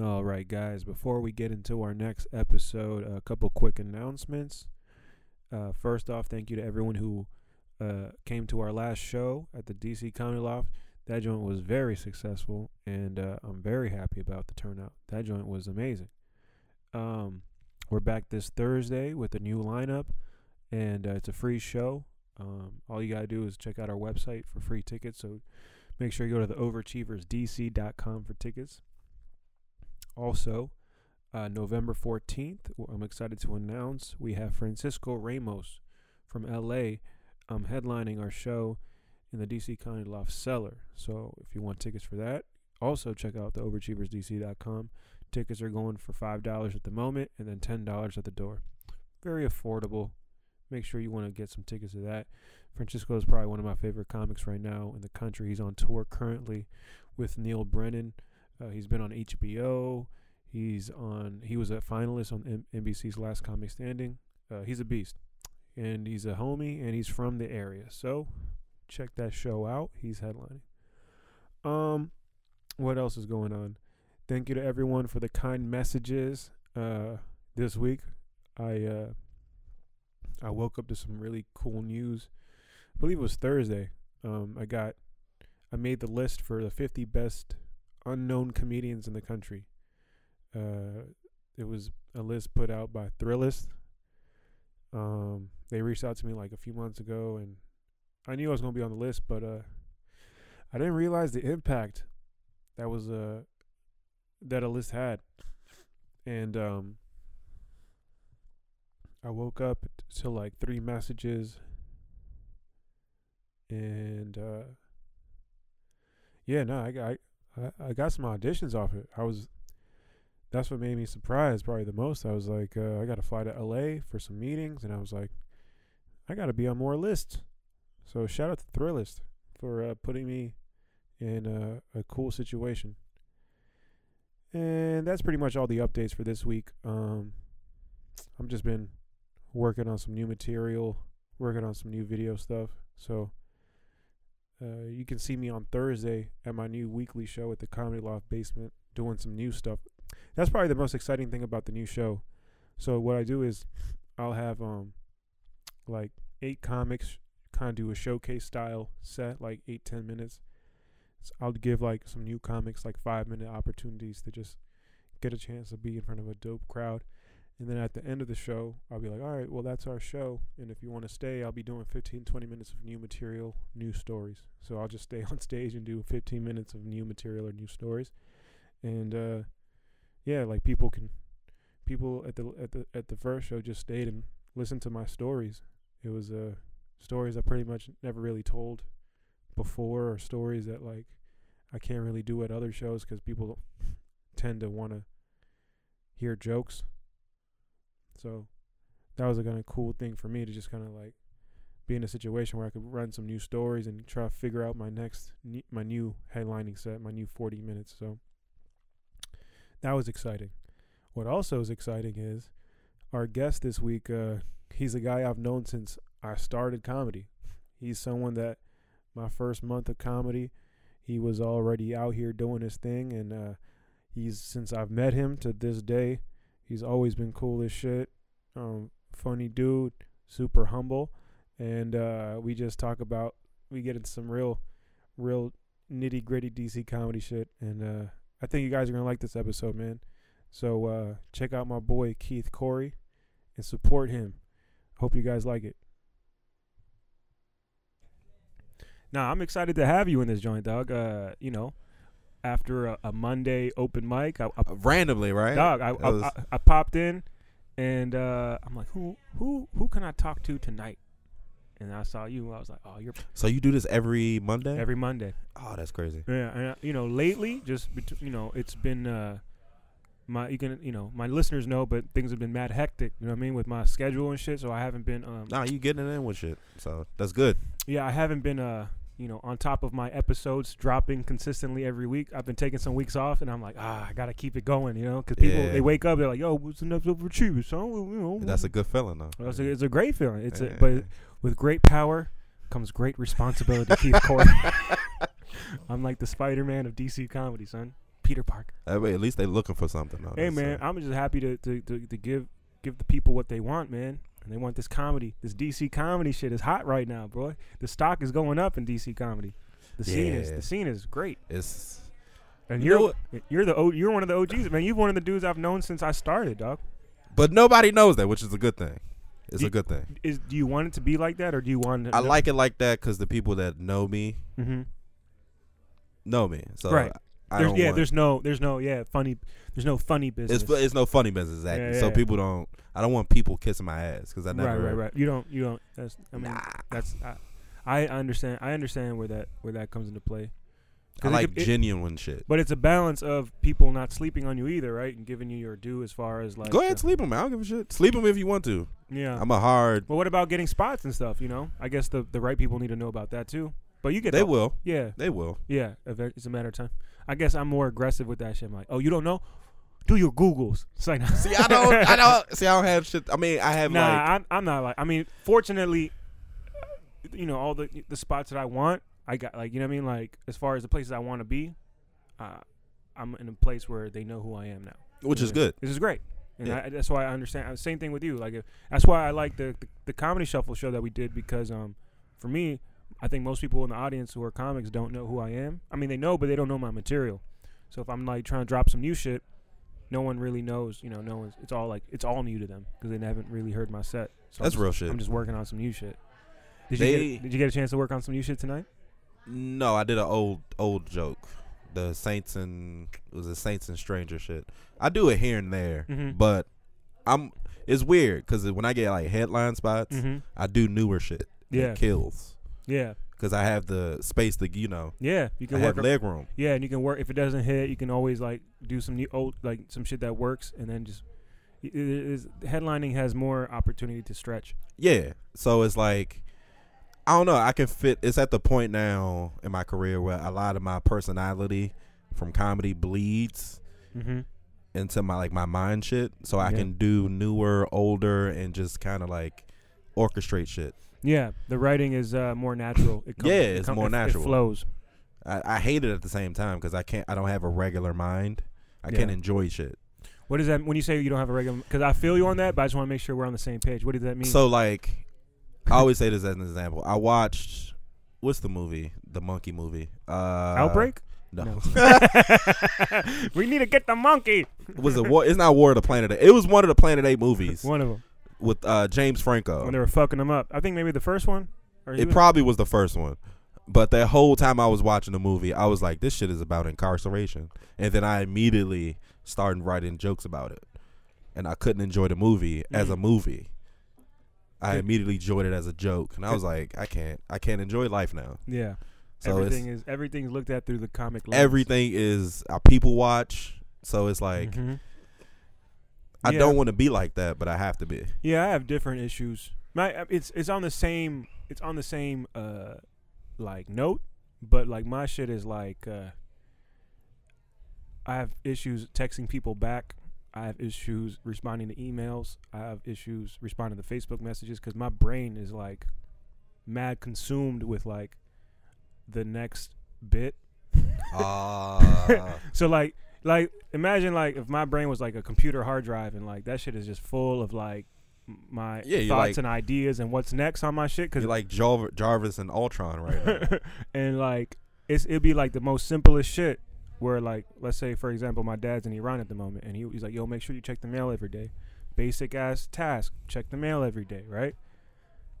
All right, guys, before we get into our next episode, a couple quick announcements. Uh, first off, thank you to everyone who uh, came to our last show at the DC Comedy Loft. That joint was very successful, and uh, I'm very happy about the turnout. That joint was amazing. Um, we're back this Thursday with a new lineup, and uh, it's a free show. Um, all you got to do is check out our website for free tickets. So make sure you go to the overachieversdc.com for tickets. Also, uh, November 14th, w- I'm excited to announce we have Francisco Ramos from LA um, headlining our show in the DC County Loft Cellar. So if you want tickets for that, also check out the overachieversdc.com. Tickets are going for $5 at the moment and then $10 at the door. Very affordable. Make sure you want to get some tickets to that. Francisco is probably one of my favorite comics right now in the country. He's on tour currently with Neil Brennan. Uh, he's been on HBO. He's on. He was a finalist on M- NBC's Last Comic Standing. Uh, he's a beast, and he's a homie, and he's from the area. So check that show out. He's headlining. Um, what else is going on? Thank you to everyone for the kind messages. Uh, this week, I uh, I woke up to some really cool news. I believe it was Thursday. Um, I got I made the list for the 50 best unknown comedians in the country. Uh, it was a list put out by Thrillist. Um, they reached out to me like a few months ago, and I knew I was going to be on the list, but uh, I didn't realize the impact that was uh, that a list had. And um, I woke up t- to like three messages, and uh, yeah, no, I got I, I got some auditions off it. I was that's what made me surprised probably the most. I was like, uh, I got to fly to LA for some meetings, and I was like, I got to be on more lists. So shout out to Thrillist for uh, putting me in uh, a cool situation. And that's pretty much all the updates for this week. Um, I've just been working on some new material, working on some new video stuff. So uh, you can see me on Thursday at my new weekly show at the Comedy Loft Basement doing some new stuff. That's probably the most exciting thing about the new show. So what I do is I'll have um like eight comics kind of do a showcase style set, like eight ten minutes. So I'll give like some new comics like five minute opportunities to just get a chance to be in front of a dope crowd. And then at the end of the show, I'll be like, all right, well, that's our show. And if you want to stay, I'll be doing 15, 20 minutes of new material, new stories. So I'll just stay on stage and do 15 minutes of new material or new stories. And, uh, yeah, like people can, people at the, at the, at the first show just stayed and listened to my stories. It was, uh, stories I pretty much never really told before or stories that like I can't really do at other shows because people tend to want to hear jokes. So that was a kind of cool thing for me to just kind of like be in a situation where I could run some new stories and try to figure out my next ne- my new headlining set, my new 40 minutes. So that was exciting. What also is exciting is our guest this week. Uh, he's a guy I've known since I started comedy. He's someone that my first month of comedy, he was already out here doing his thing, and uh, he's since I've met him to this day, he's always been cool as shit. Um, funny dude, super humble, and uh, we just talk about we get into some real, real nitty gritty DC comedy shit, and uh, I think you guys are gonna like this episode, man. So uh, check out my boy Keith Corey, and support him. Hope you guys like it. Nah, I'm excited to have you in this joint, dog. Uh, you know, after a, a Monday open mic, I, I randomly, right? dog. I, That I, was- I, I popped in, and uh, I'm like, who, who, who can I talk to tonight? And I saw you. I was like, oh, you're so you do this every Monday? every Monday. oh, that's crazy. Yeah, and, uh, you know, lately, just bet- you know, it's been uh, my you can you know my listeners know, but things have been mad hectic. You know what I mean with my schedule and shit. So I haven't been um, Nah, you getting it in with shit, so that's good. yeah, I haven't been uh, you know, on top of my episodes dropping consistently every week. I've been taking some weeks off, and I'm like, ah, I gotta keep it going, you know, because people Yeah. they wake up, they're like, yo, what's the next overachiever? So you know, That's a good feeling, though. Well, It's a, it's a great feeling. It's Yeah. a, but with great power comes great responsibility, Keith Corey. I'm like the Spider Man of DC comedy, son. Peter Park. That way, at least they looking for something. though, uh, Hey so- man, I'm just happy to, to, to, to give give the people what they want, man. And they want this comedy. This DC comedy shit is hot right now, boy. The stock is going up in DC comedy. The scene is Yeah. the scene is great. it's And You you are know what? you're the o, you're one of the OGs, man. You're one of the dudes I've known since I started, dog. but nobody knows that, which is a good thing. It's You- a good thing. Is do you want it to be like that, or do you want? to I like it like that because the people that know me Mm-hmm. know me. So Right. I there's, don't yeah, want- there's no, there's no, yeah, funny. There's no funny business. it's fu- it's no funny business exactly. Yeah, So yeah. people don't. I don't want people kissing my ass because I never. right, right, right. You don't, you don't. That's, I mean, Nah. that's. I, I understand. I understand where that where that comes into play. I 'Cause it like could- it- genuine shit. But it's a balance of people not sleeping on you either, right? And giving you your due as far as like. Go ahead, the- sleep him. I don't give a shit. Sleep him if you want to. yeah. I'm a hard. but what about getting spots and stuff? You know, I guess the the right people need to know about that too. But you get They the- will. Yeah, They will. yeah. ev- It's a matter of time. I guess I'm more aggressive with that shit. I'm like, oh, you don't know? Do your googles. It's like, See, I don't. I don't. See, I don't have shit. I mean, I have Nah, like. I'm, I'm not like. I mean, fortunately, you know, all the the spots that I want, I got like, you know what I mean. Like, as far as the places I want to be, uh, I'm in a place where they know who I am now, Which you is know what I mean? good. This is great, and Yeah. I, that's why I understand. uh, Same thing with you. Like, if, that's why I like the, the the comedy shuffle show that we did because, um, for me, I think most people in the audience who are comics don't know who I am. I mean, they know, but they don't know my material. So if I'm like trying to drop some new shit. No one really knows, you know. No one's. It's all like it's all new to them because they haven't really heard my set. So I'm That's just- real shit. I'm just working on some new shit. Did you They- get, did you get a chance to work on some new shit tonight? No, I did an old old joke. The Saints and it was a Saints and Stranger shit. I do it here and there, Mhm. but I'm it's weird because when I get like headline spots, Mm-hmm. I do newer shit. Yeah. it kills Yeah, because I have the space to you know yeah. You I can have work. leg room. yeah, and you can work. If it doesn't hit, you can always like do some new old like some shit that works, and then just it it is, headlining has more opportunity to stretch. Yeah, so it's like I don't know. I can fit. It's at the point now in my career where a lot of my personality from comedy bleeds Mm-hmm. into my like my mind shit, so I Yeah. can do newer, older, and just kind of like orchestrate shit. Yeah, the writing is uh, more natural. It Yeah, it's more it- natural. It flows. I, I hate it at the same time because I can't. I don't have a regular mind. I Yeah. can't enjoy shit. What does that when you say you don't have a regular? Because I feel you on that, but I just want to make sure we're on the same page. What does that mean? So like, I always say this as an example. I watched what's the movie? The monkey movie. Uh, Outbreak? No, we need to get the monkey. was it war? It's not War of the Planet. Eight. It was one of the Planet Eight movies One of them. with uh, James Franco. when they were fucking him up. I think maybe the first one. Or he It was- probably was the first one. But that whole time I was watching the movie, I was like, "This shit is about incarceration," and then I immediately started writing jokes about it, and I couldn't enjoy the movie as a Mhm. movie. I Good. immediately enjoyed it as a joke, and I was like, "I can't, I can't enjoy life now." yeah. So everything it's, is everything's looked at through the comic lens. everything is I people watch, so it's like Mhm. I Yeah. don't want to be like that, but I have to be. Yeah, I have different issues. My uh, it's it's on the same it's on the same uh like note, but like my shit is like uh I have issues texting people back. I have issues responding to emails. I have issues responding to Facebook messages because my brain is like mad consumed with like the next bit Ah, So like like imagine like if my brain was like a computer hard drive and like that shit is just full of like m- my Yeah, you're thoughts like- and ideas and what's next on my shit you're cuz like Jarv- Jarvis and Ultron right now. and like it's it'd be like the most simplest shit where like let's say for example my dad's in Iran at the moment and he, he's like yo make sure you check the mail every day basic ass task check the mail every day right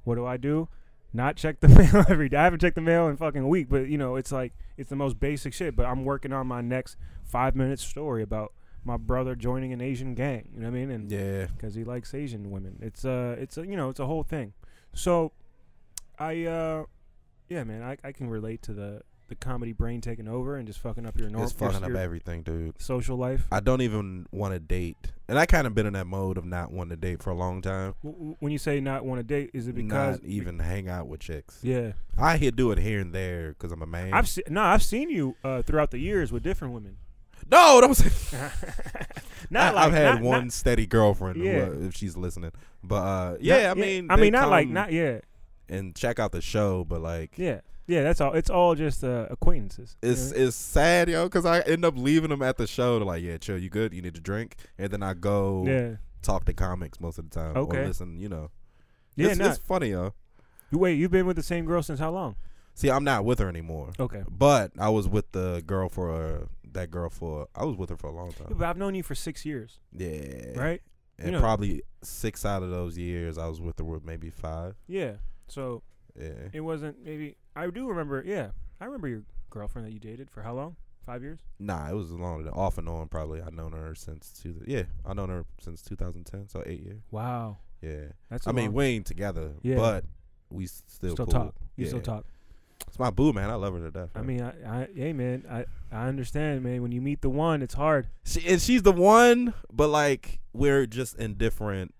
what do I do not check the mail every day I haven't checked the mail in fucking a week but you know it's like it's the most basic shit but I'm working on my next five minute story about my brother joining an Asian gang you know what I mean and yeah. because he likes Asian women. It's uh it's a you know it's a whole thing. So, I uh, yeah man, I, I can relate to the the comedy brain taking over and just fucking up your normal It's fucking up everything, dude. social life. I don't even want to date, and I kind of been in that mode of not wanting to date for a long time. W- w- when you say not want to date, is it because not even hang out with chicks. yeah, I hit do it here and there because I'm a man. I've se- no, I've seen you uh, throughout the years with different women. no, don't say. not I, like I've had not- one not- steady girlfriend. Yeah. who, uh, if she's listening, but uh, yeah, I not- mean, I they mean, not like come not yeah, and check out the show, but like, yeah. Yeah, that's all. It's all just uh, acquaintances. you It's know? it's sad, yo, because I end up leaving them at the show. They're like, yeah, chill, you good? You need to drink, and then I go yeah, talk to comics most of the time. Okay. or listen, you know, yeah. it's, nah. it's funny, yo. You- Wait, you've been with the same girl since how long? See, I'm not with her anymore, Okay, but I was with the girl for uh, that girl for I was with her for a long time. but I've known you for six years, Yeah, right? And You know- probably six out of those years, I was with her with maybe five. Yeah. So Yeah, it wasn't maybe. I do remember. Yeah, I remember your girlfriend that you dated for how long? Five years. nah, it was longer. Off and on, probably. I've known her since two. Yeah, I've known her since 2010, so eight years. Wow, Yeah. that's. I a mean, long- we ain't together, Yeah. but we s- still, still cool. talk. You still Yeah. talk. It's my boo, man. I love her to death. I man. mean, I, I, hey, man, I, I understand, man. When you meet the one, it's hard. she, and she's the one, but like we're just in different,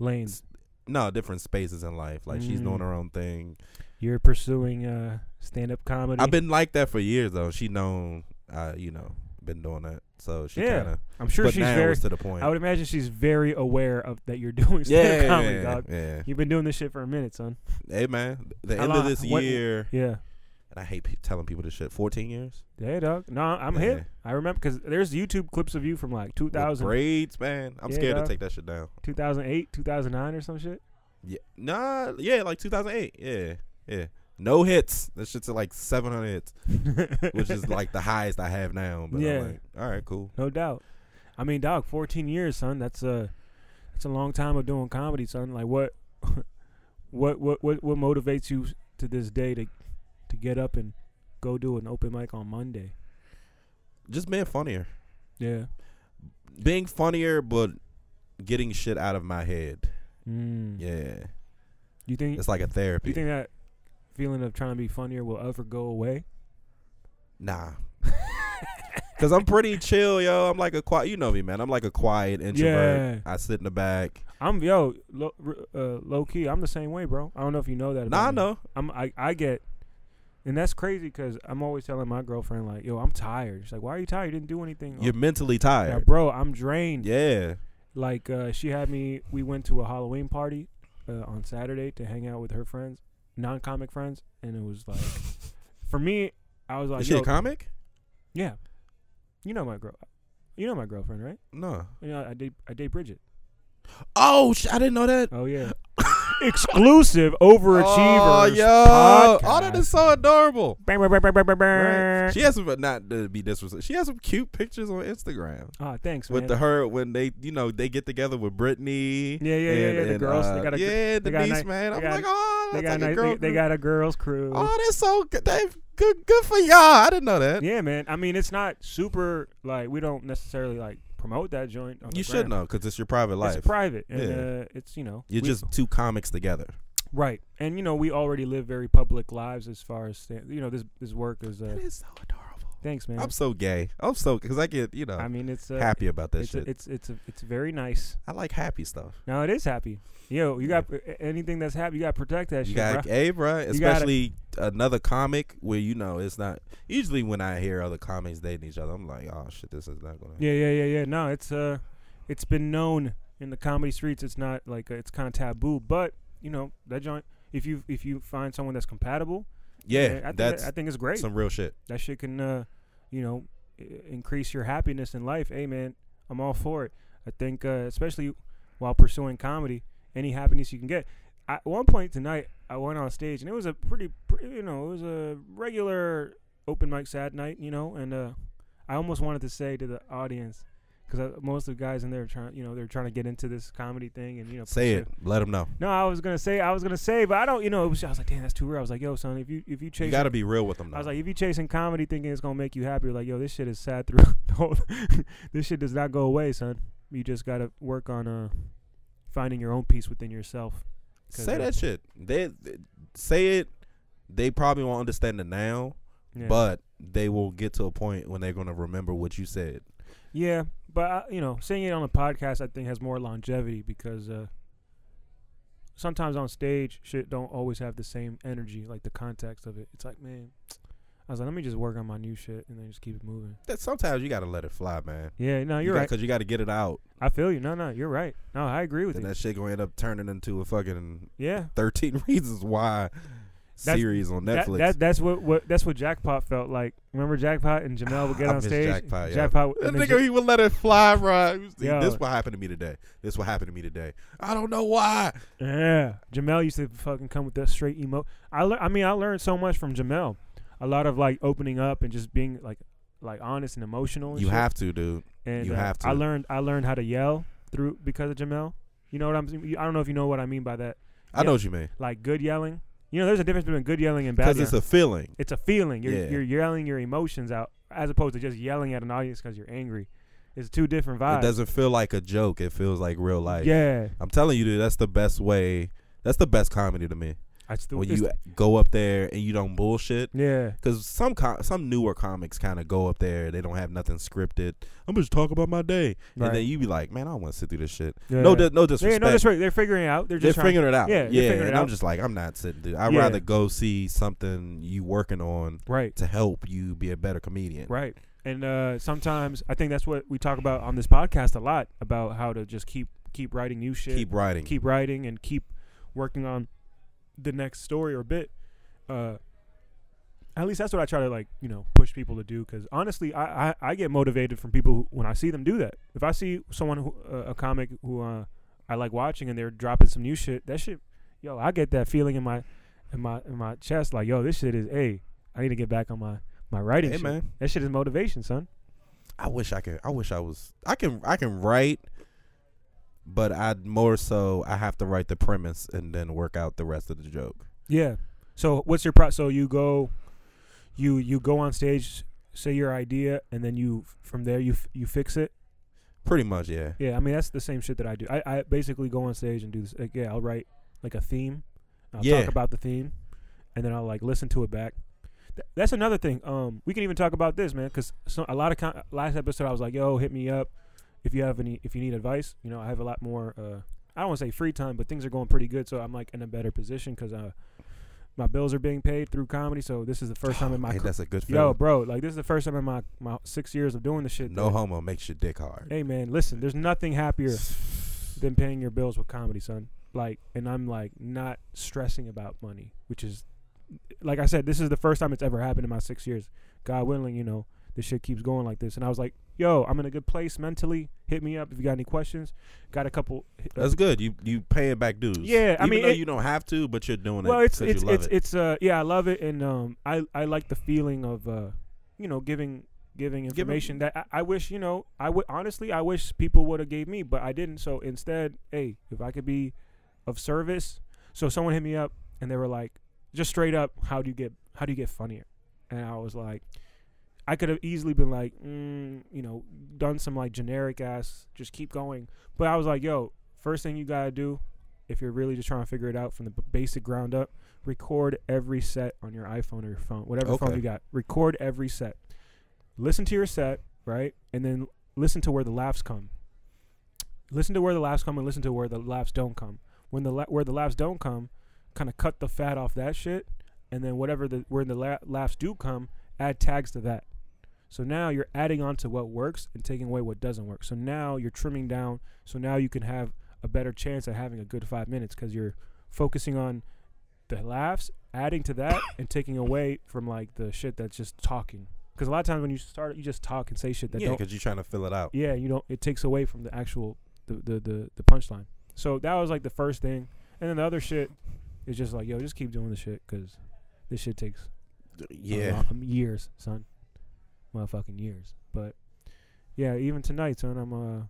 Lanes, no, different spaces in life. Like she's Mm. doing her own thing. you're pursuing uh, stand-up comedy. I've been like that for years though. She known, uh, you know, been doing that. So she Yeah. kind of, I'm sure but she's now very. it's to the point. I would imagine she's very aware of that you're doing yeah, stand-up yeah, comedy, yeah, dog. yeah. You've been doing this shit for a minute, son. Hey man, the How end long- of this what- year, Yeah. and I hate pe- telling people this shit. Fourteen years. Hey, dog. No, I'm Yeah. hip. I remember because there's YouTube clips of you from like With 2000, braids, man. I'm Yeah, scared dog. to take that shit down. 2008, 2009 or some shit. Yeah. Nah, yeah, like 2008. Yeah. Yeah. No hits. That shit's at like 700 hits, which is like the highest I have now. But Yeah. I'm like, all right, cool. no doubt. I mean, dog, 14 years, son. That's a that's a long time of doing comedy, son. Like what what what what, what motivates you to this day to to get up and go do an open mic on Monday? Just being funnier. Yeah. Being funnier, but getting shit out of my head. Mm. Yeah. You think It's like a you therapy. think that feeling of trying to be funnier will ever go away? nah. Because I'm pretty chill, yo. I'm like a quiet, you know me, man. I'm like a quiet introvert. I sit in the back. I'm yo low, uh, low key. I'm the same way, bro. I don't know if you know that. Nah, I About me. know. I'm I, I get, and that's crazy because I'm always telling my girlfriend like, yo, I'm tired. She's like, why are you tired? You didn't do anything. You're mentally Like, tired. bro. I'm drained. Yeah. Like uh, she had me. We went to a Halloween party uh, on Saturday to hang out with her friends, non-comic friends, and it was like, for me, I was like, Is she yo, a comic? yeah, you know my girl, you know my girlfriend, right? No. You know I date I date Bridget. Oh, sh- I didn't know that. Oh yeah. Exclusive overachievers. Oh, yo. Podcast. Oh, that is so adorable. Bang, bang, bang, bang, bang, bang, bang. Right? She has some, but not to be disrespectful. She has some cute pictures on Instagram Ah, thanks, man. with the her when they, you know, they get together with Brittany. uh, Yeah, yeah, yeah, yeah, the girls, they got a gr- yeah, they got a Denise, ni- man. they I'm got- like, oh, they that's got like a a nice, girl. they, they group. got a girls crew. Oh, that's so good. They, good, good for y'all. I didn't know that. yeah, man. I mean, it's not super like we don't necessarily like promote that joint. On the you should gram. know because it's your private life. It's private, and Yeah. uh, it's you know You're we- just two comics together. right. And you know we already live very public lives as far as sta- you know this this work is. Uh, That is so adorable. thanks, man. I'm so gay. I'm so because I get you know I mean, it's uh, happy about that It's shit. a, it's it's a, it's very nice. I like happy stuff. No, it is happy. Yo, you got uh, anything that's happy? You got to protect that You shit, got bruh. hey, bro. gotta- Especially another comic where you know it's not. Usually, when I hear other comics dating each other, I'm like, oh shit, this is not gonna. Yeah, yeah, yeah, yeah. No, it's uh, it's been known in the comedy streets. It's not like uh, it's kind of taboo, but you know that joint. If you if you find someone that's compatible, eh, Yeah, I think that's I think it's great. some real shit. that shit can, uh, you know, i- increase your happiness in life. Hey, man, I'm all for it. I think uh, especially while pursuing comedy, any happiness you can get. I, at one point tonight, I went on stage and it was a pretty, pre- you know, it was a regular open mic sad night, you know, and uh, I almost wanted to say to the audience because most of the guys in there are trying, you know, they're trying to get into this comedy thing and you know, Say pursue- it. Let them know. No, I was gonna say, I was gonna say, but I don't, you know, it was, I was like, damn, that's too real. I was like, yo, son, if you if you You chase got to be real with them. Now. I was like, if you chasing comedy thinking it's gonna make you happy, like, yo, this shit is sad through the whole. this shit does not go away, son. You just gotta work on uh finding your own peace within yourself. 'cause, say uh, that shit. They, they- say it. They probably won't understand it now, Yeah. but they will get to a point when they're gonna remember what you said. yeah, but uh, you know, saying it on a podcast, I think has more longevity because uh sometimes on stage, shit don't always have the same energy, like the context of it. It's like, man, I was like, let me just work on my new shit and then just keep it moving. That sometimes you got to let it fly, man. Yeah, no, You you're got- right. Cause you got to get it out, I feel you. No, no, you're right. No, I agree with and you. that shit gonna end up turning into a fucking Yeah, thirteen reasons why That's- series on That- Netflix. That, that's what, what that's what Jackpot felt like. Remember Jackpot and Jamel would get I on miss stage. Jackpot, yeah. and that then nigga, he would let it fly, bro. He was- Yo. This what happened to me today. This what happened to me today. I don't know why. Ja- yeah, Jamel used to fucking come with that straight emo. I lear I mean, I learned so much from Jamel. A lot of like opening up and just being like like honest and emotional. And You shit. have to, dude. And you uh, have I to. learned I learned how to yell through because of Jamel. You know what I'm? I don't know if you know what I mean by that. I Yeah. know what you mean Like good yelling. You know, there's a difference between good yelling and bad. because yelling. it's a feeling. it's a feeling. You're Yeah. you're yelling your emotions out as opposed to just yelling at an audience because you're angry. It's two different vibes. It doesn't feel like a joke. It feels like real life. Yeah, I'm telling you, dude. That's the best way. That's the best comedy to me. I still. When it's- you go up there and you don't bullshit. yeah, Cause some com- some newer comics kind of go up there, they don't have nothing scripted. I'm just talk about my day, Right. and then you be like, man, I don't want to sit through this shit. yeah. No, di- no disrespect. yeah, no, that's right. They're figuring it out. They're They're just trying- figuring it out. yeah, Yeah, they're figuring and it I'm out. just like, I'm not sitting. Dude. I'd Yeah. rather go see something you working on right, to help you be a better comedian. right. And uh, sometimes I think that's what we talk about on this podcast a lot about how to just keep keep writing new shit, Keep writing. keep writing, and keep working on the next story or bit. Uh, at least that's what I try to like, you know, push people to do. Because honestly, I, I I get motivated from people who, when I see them do that. If I see someone who uh, a comic who uh, I like watching and they're dropping some new shit, that shit, yo, I get that feeling in my in my in my chest, like yo, this shit is hey, I need to get back on my my writing. Hey shit. man, that shit is motivation, son. I wish I could. I wish I was. I can. I can write, but I more so I have to write the premise and then work out the rest of the joke. Yeah. So what's your pro? So you go, you you go on stage, say your idea, and then you from there you f- you fix it. Pretty much, yeah. Yeah, I mean that's the same shit that I do. I, I basically go on stage and do this. Like, yeah, I'll write like a theme. and I'll Yeah. talk about the theme, and then I'll like listen to it back. Th- that's another thing. Um, we can even talk about this, man, because a lot of con- last episode I was like, "Yo, hit me up if you have any if you need advice." You know, I have a lot more. Uh, I don't want to say free time, but things are going pretty good, so I'm like in a better position because uh, my bills are being paid through comedy. So this is the first time in my Hey, ca- that's a good feeling. yo, bro, like this is the first time in my my six years of doing this shit. no that- homo makes your dick hard. Hey man, listen, there's nothing happier than paying your bills with comedy, son. Like, and I'm like not stressing about money, which is, like I said, this is the first time it's ever happened in my six years. God willing, you know, this shit keeps going like this. And I was like, yo, I'm in a good place mentally. Hit me up if you got any questions. Got a couple. That's good. You you paying back dues. Yeah, I Even mean, though it- you don't have to, but you're doing well, it it's because you it's love it's it. it's uh yeah, I love it, and um, I I like the feeling of uh, you know, giving giving Give 'em- information that I, I wish you know I would honestly I wish people would have gave me, but I didn't. So instead, hey, if I could be of service, so someone hit me up and they were like, just straight up, how do you get how do you get funnier? And I was like. I could have easily been like, mm, you know, done some like generic ass, just keep going. But I was like, yo, first thing you gotta do, if you're really just trying to figure it out from the b- basic ground up, record every set on your iPhone or your phone, whatever phone Okay. you got. Record every set. Listen to your set, right? And then listen to where the laughs come. Listen to where the laughs come and listen to where the laughs don't come. When the la- where the laughs don't come, kind of cut the fat off that shit, and then whatever the where the la- laughs do come, add tags to that. So now you're adding on to what works and taking away what doesn't work. So now you're trimming down. So now you can have a better chance at having a good five minutes because you're focusing on the laughs, adding to that, and taking away from like the shit that's just talking. Because a lot of times when you start, you just talk and say shit that yeah, don't. because you're trying to fill it out. Yeah, you don't. It takes away from the actual the the the, the punchline. So that was like the first thing, and then the other shit is just like, yo, just keep doing the shit because this shit takes a Yeah, lo- Uh, um, years, son, motherfucking years. But yeah, even tonight, son, I'm uh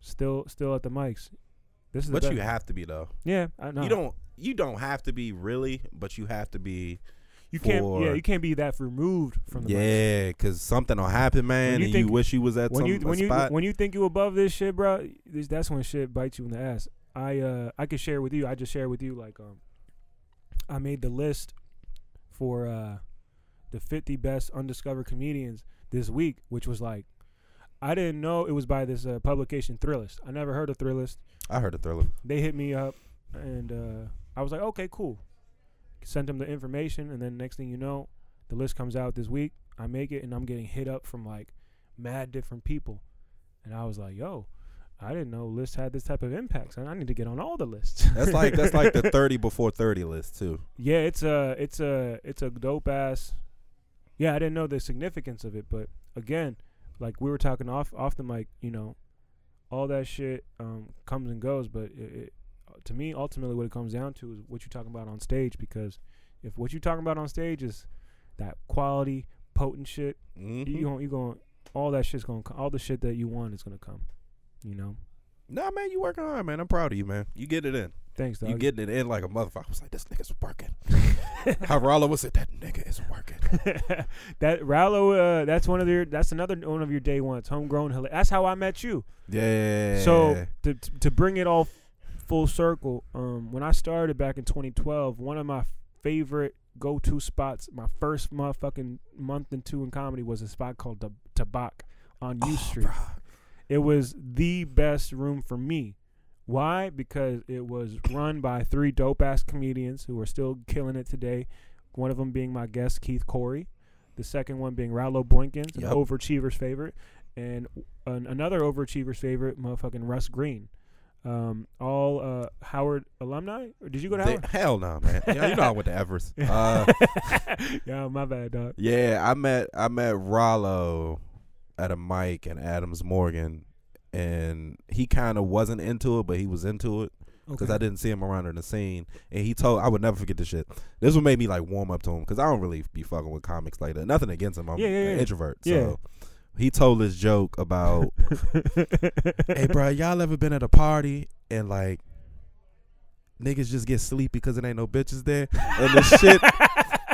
still still at the mics. This is but the you best- have to be though. yeah, I know You don't you don't have to be really, but you have to be. you can't yeah for- you can't be that removed from the mics. Yeah, because something will happen, man, you and think- you wish you was at when some you a when you spot. when you think you above this shit, bro, this, that's when shit bites you in the ass. I uh I could share with you. I just share with you like um I made the list for uh the 50 best undiscovered comedians this week, which was like I didn't know it was by this uh, publication Thrillist. I never heard of Thrillist. I heard a thriller. They hit me up and uh I was like, "Okay, cool." Sent them the information and then next thing you know, the list comes out this week. I make it and I'm getting hit up from like mad different people. And I was like, yo, I didn't know lists had this type of impact, son. I need to get on all the lists. That's like that's like the thirty before thirty list too. yeah, it's a it's a it's a dope ass. Yeah, I didn't know the significance of it, but again, like we were talking off off the mic, you know, all that shit um, comes and goes, but it, it, to me, ultimately, what it comes down to is what you're talking about on stage. Because if what you're talking about on stage is that quality, potent shit, you Mm-hmm. going you going all that shit's going to all the shit that you want is going to come. You know, Nah, man, you working hard, man. I'm proud of you, man. You get it in. thanks, dog. You getting it in like a motherfucker. I was like, this nigga's working. How Rollo was it? That nigga is working. that Rallo, uh, that's one of your. That's another one of your day ones. Homegrown. hila- That's how I met you. Yeah. So to to bring it all f- full circle, um, when I started back in 2012, one of my favorite go to spots, my first motherfucking month and two in comedy was a spot called the Tabac on U Street. bruh. It was the best room for me. Why? Because it was run by three dope ass comedians who are still killing it today. One of them being my guest, Keith Corey. The second one being Rallo Boinkins, Yep. an overachiever's favorite. And an, another overachiever's favorite, motherfucking Russ Green. Um, all uh, Howard alumni? Or did you go to They- Howard? hell no, man. Yeah, you know I went to Everest. Uh, yeah, my bad, dog. yeah, I met I met Rollo at a mic and Adams Morgan, and he kind of wasn't into it, but he was into it. because I didn't see him around in the scene. And he told I would never forget this shit. This what made me like warm up to him because I don't really be fucking with comics like that. Nothing against him. I'm Yeah, yeah, an yeah. introvert. Yeah. So he told this joke about, hey, bro, y'all ever been at a party and like niggas just get sleepy because it ain't no bitches there? And the shit.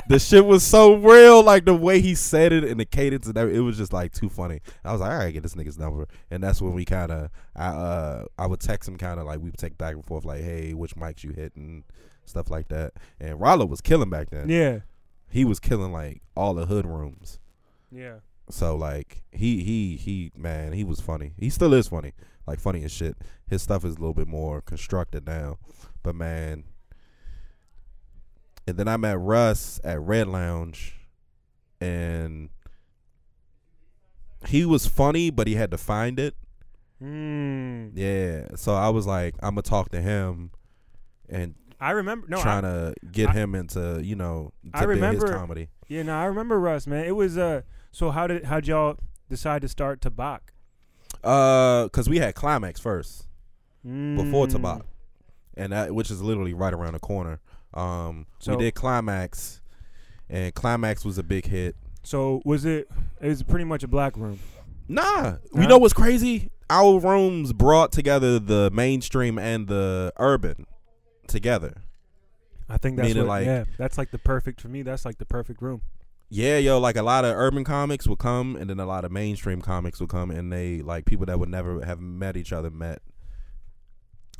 The shit was so real, like the way he said it and the cadence and everything, it was just like too funny. I was like, all right, get this nigga's number, and that's when we kind of, I uh, I would text him kind of like we would text back and forth, like, hey, which mics you hitting, stuff like that. And Rollo was killing back then. yeah. He was killing like all the hood rooms. Yeah. So like he he he man, he was funny. He still is funny. Like funny as shit. His stuff is a little bit more constructed now. But man. And then I met Russ at Red Lounge and he was funny, but he had to find it. Mm. Yeah. So I was like, I'm gonna talk to him and I remember. No, I, trying to get I- him into, you know, to I the- remember- his comedy. Yeah, no, I remember Russ, man. It was uh so how did how'd y'all decide to start Tabak? Uh, cause we had climax first. before Mm. Tabak, and that which is literally right around the corner. Um, So- we did Climax, and Climax was a big hit. So was it it was pretty much a black room. Nah, Huh? you know what's crazy? Our rooms brought together the mainstream and the urban together. I think that's Meaning what, like- yeah, that's like the perfect for me, that's like the perfect room. Yeah, yo, like a lot of urban comics will come, and then a lot of mainstream comics will come, and they like people that would never have met each other met.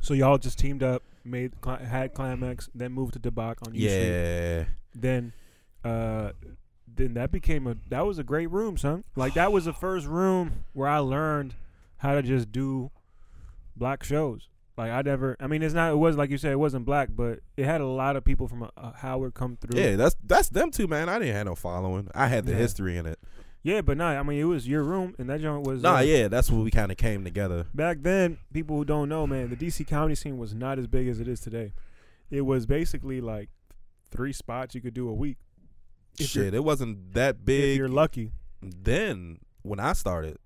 So y'all just teamed up, made cli- had climax, then moved to Tabak on YouTube. Yeah, Then uh then that became a that was a great room, son. Like that was the first room where I learned how to just do black shows. Like I never, I mean, it's not. It was like you said, it wasn't black, but it had a lot of people from uh, uh, Howard come through. yeah, that's that's them too, man. I didn't have no following. I had the Yeah. history in it. yeah, but nah, I mean, it was your room, and that joint was. Nah, uh, yeah, that's where we kind of came together. Back then, people who don't know, man, the DC comedy scene was not as big as it is today. It was basically like three spots you could do a week If Shit, it wasn't that if big. you're lucky. then when I started,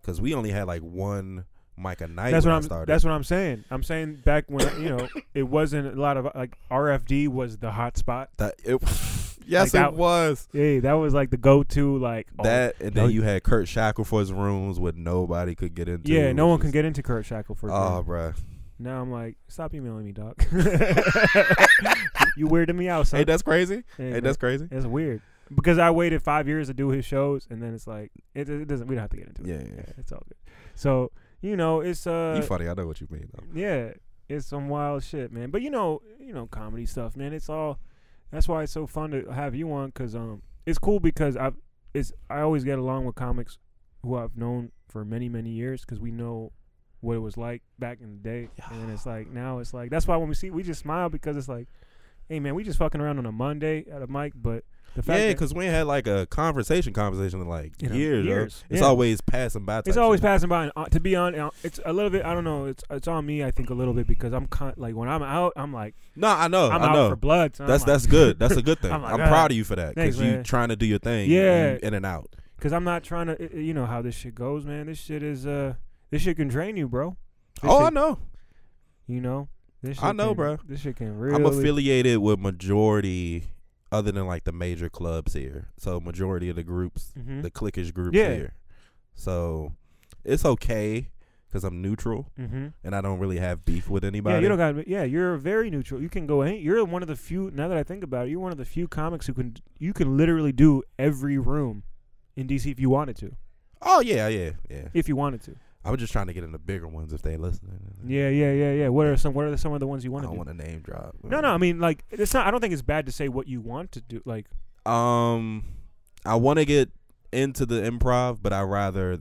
because we only had like one mic a night that's when what I I'm. started. That's what I'm saying. I'm saying back when you know it wasn't a lot of like RFD was the hot spot. That- it, yes, that- it was. Yeah, that was like the go-to. Like oh, that and no, then you had Kurt Shackelford's rooms where nobody could get into. Yeah, no one which can is- get into Kurt Shackelford. man. Oh, bruh. Now I'm like, stop emailing me, doc. you weirded me out, son. Hey, that's crazy. Hey, Hey, man, that's crazy. it's weird because I waited five years to do his shows, and then it's like it, it doesn't. We don't have to get into Yeah, it. yeah. it's all good. So you know, it's uh, you funny. I know what you mean. Though. yeah, it's some wild shit, man. But you know, you know, comedy stuff, man. It's all. That's why it's so fun to have you on, cause um, it's cool because I, it's I always get along with comics who I've known for many many years, cause we know what it was like back in the day, and then it's like now it's like that's why when we see we just smile because it's like, hey man, we just fucking around on a Monday at a mic, but the fact Yeah, that because we ain't had like a conversation, conversation in like In a- years. bro. years, It's yeah. always passing by. it's type always shit. passing by. And uh, to be honest, it's a little bit. I don't know. It's it's on me, I think, a little bit because I'm con- like when I'm out, I'm like No, I know. I'm Oh, I out know. for blood. son. that's I'm that's good. That's a good thing. I'm like, I'm "Ah, proud of you for that thanks, because you man." trying to do your thing. Yeah. you in and out. because I'm not trying to. i- i- You know how this shit goes, man. This shit is uh, this shit can drain you, bro. This Oh, shit, I know. You know, this shit I know, can- bro. This shit can really. I'm affiliated with majority, other than like the major clubs here. So majority of the groups, Mhm. the cliquish groups Yeah. here. So it's okay because I'm neutral hmm and I don't really have beef with anybody. Yeah, you don't got. Yeah, you're very neutral. You can go. Any, you're one of the few. Now that I think about it, you're one of the few comics who can. You can literally do every room in DC if you wanted to. oh yeah, yeah, yeah. If you wanted to. I was just trying to get in the bigger ones if they listening. Yeah, yeah, yeah, yeah. What are some? What are some of the ones you I want to don't do? want to name drop. No, no. I mean, like, it's not. I don't think it's bad to say what you want to do. Like, Um, I want to get into the improv, but I rather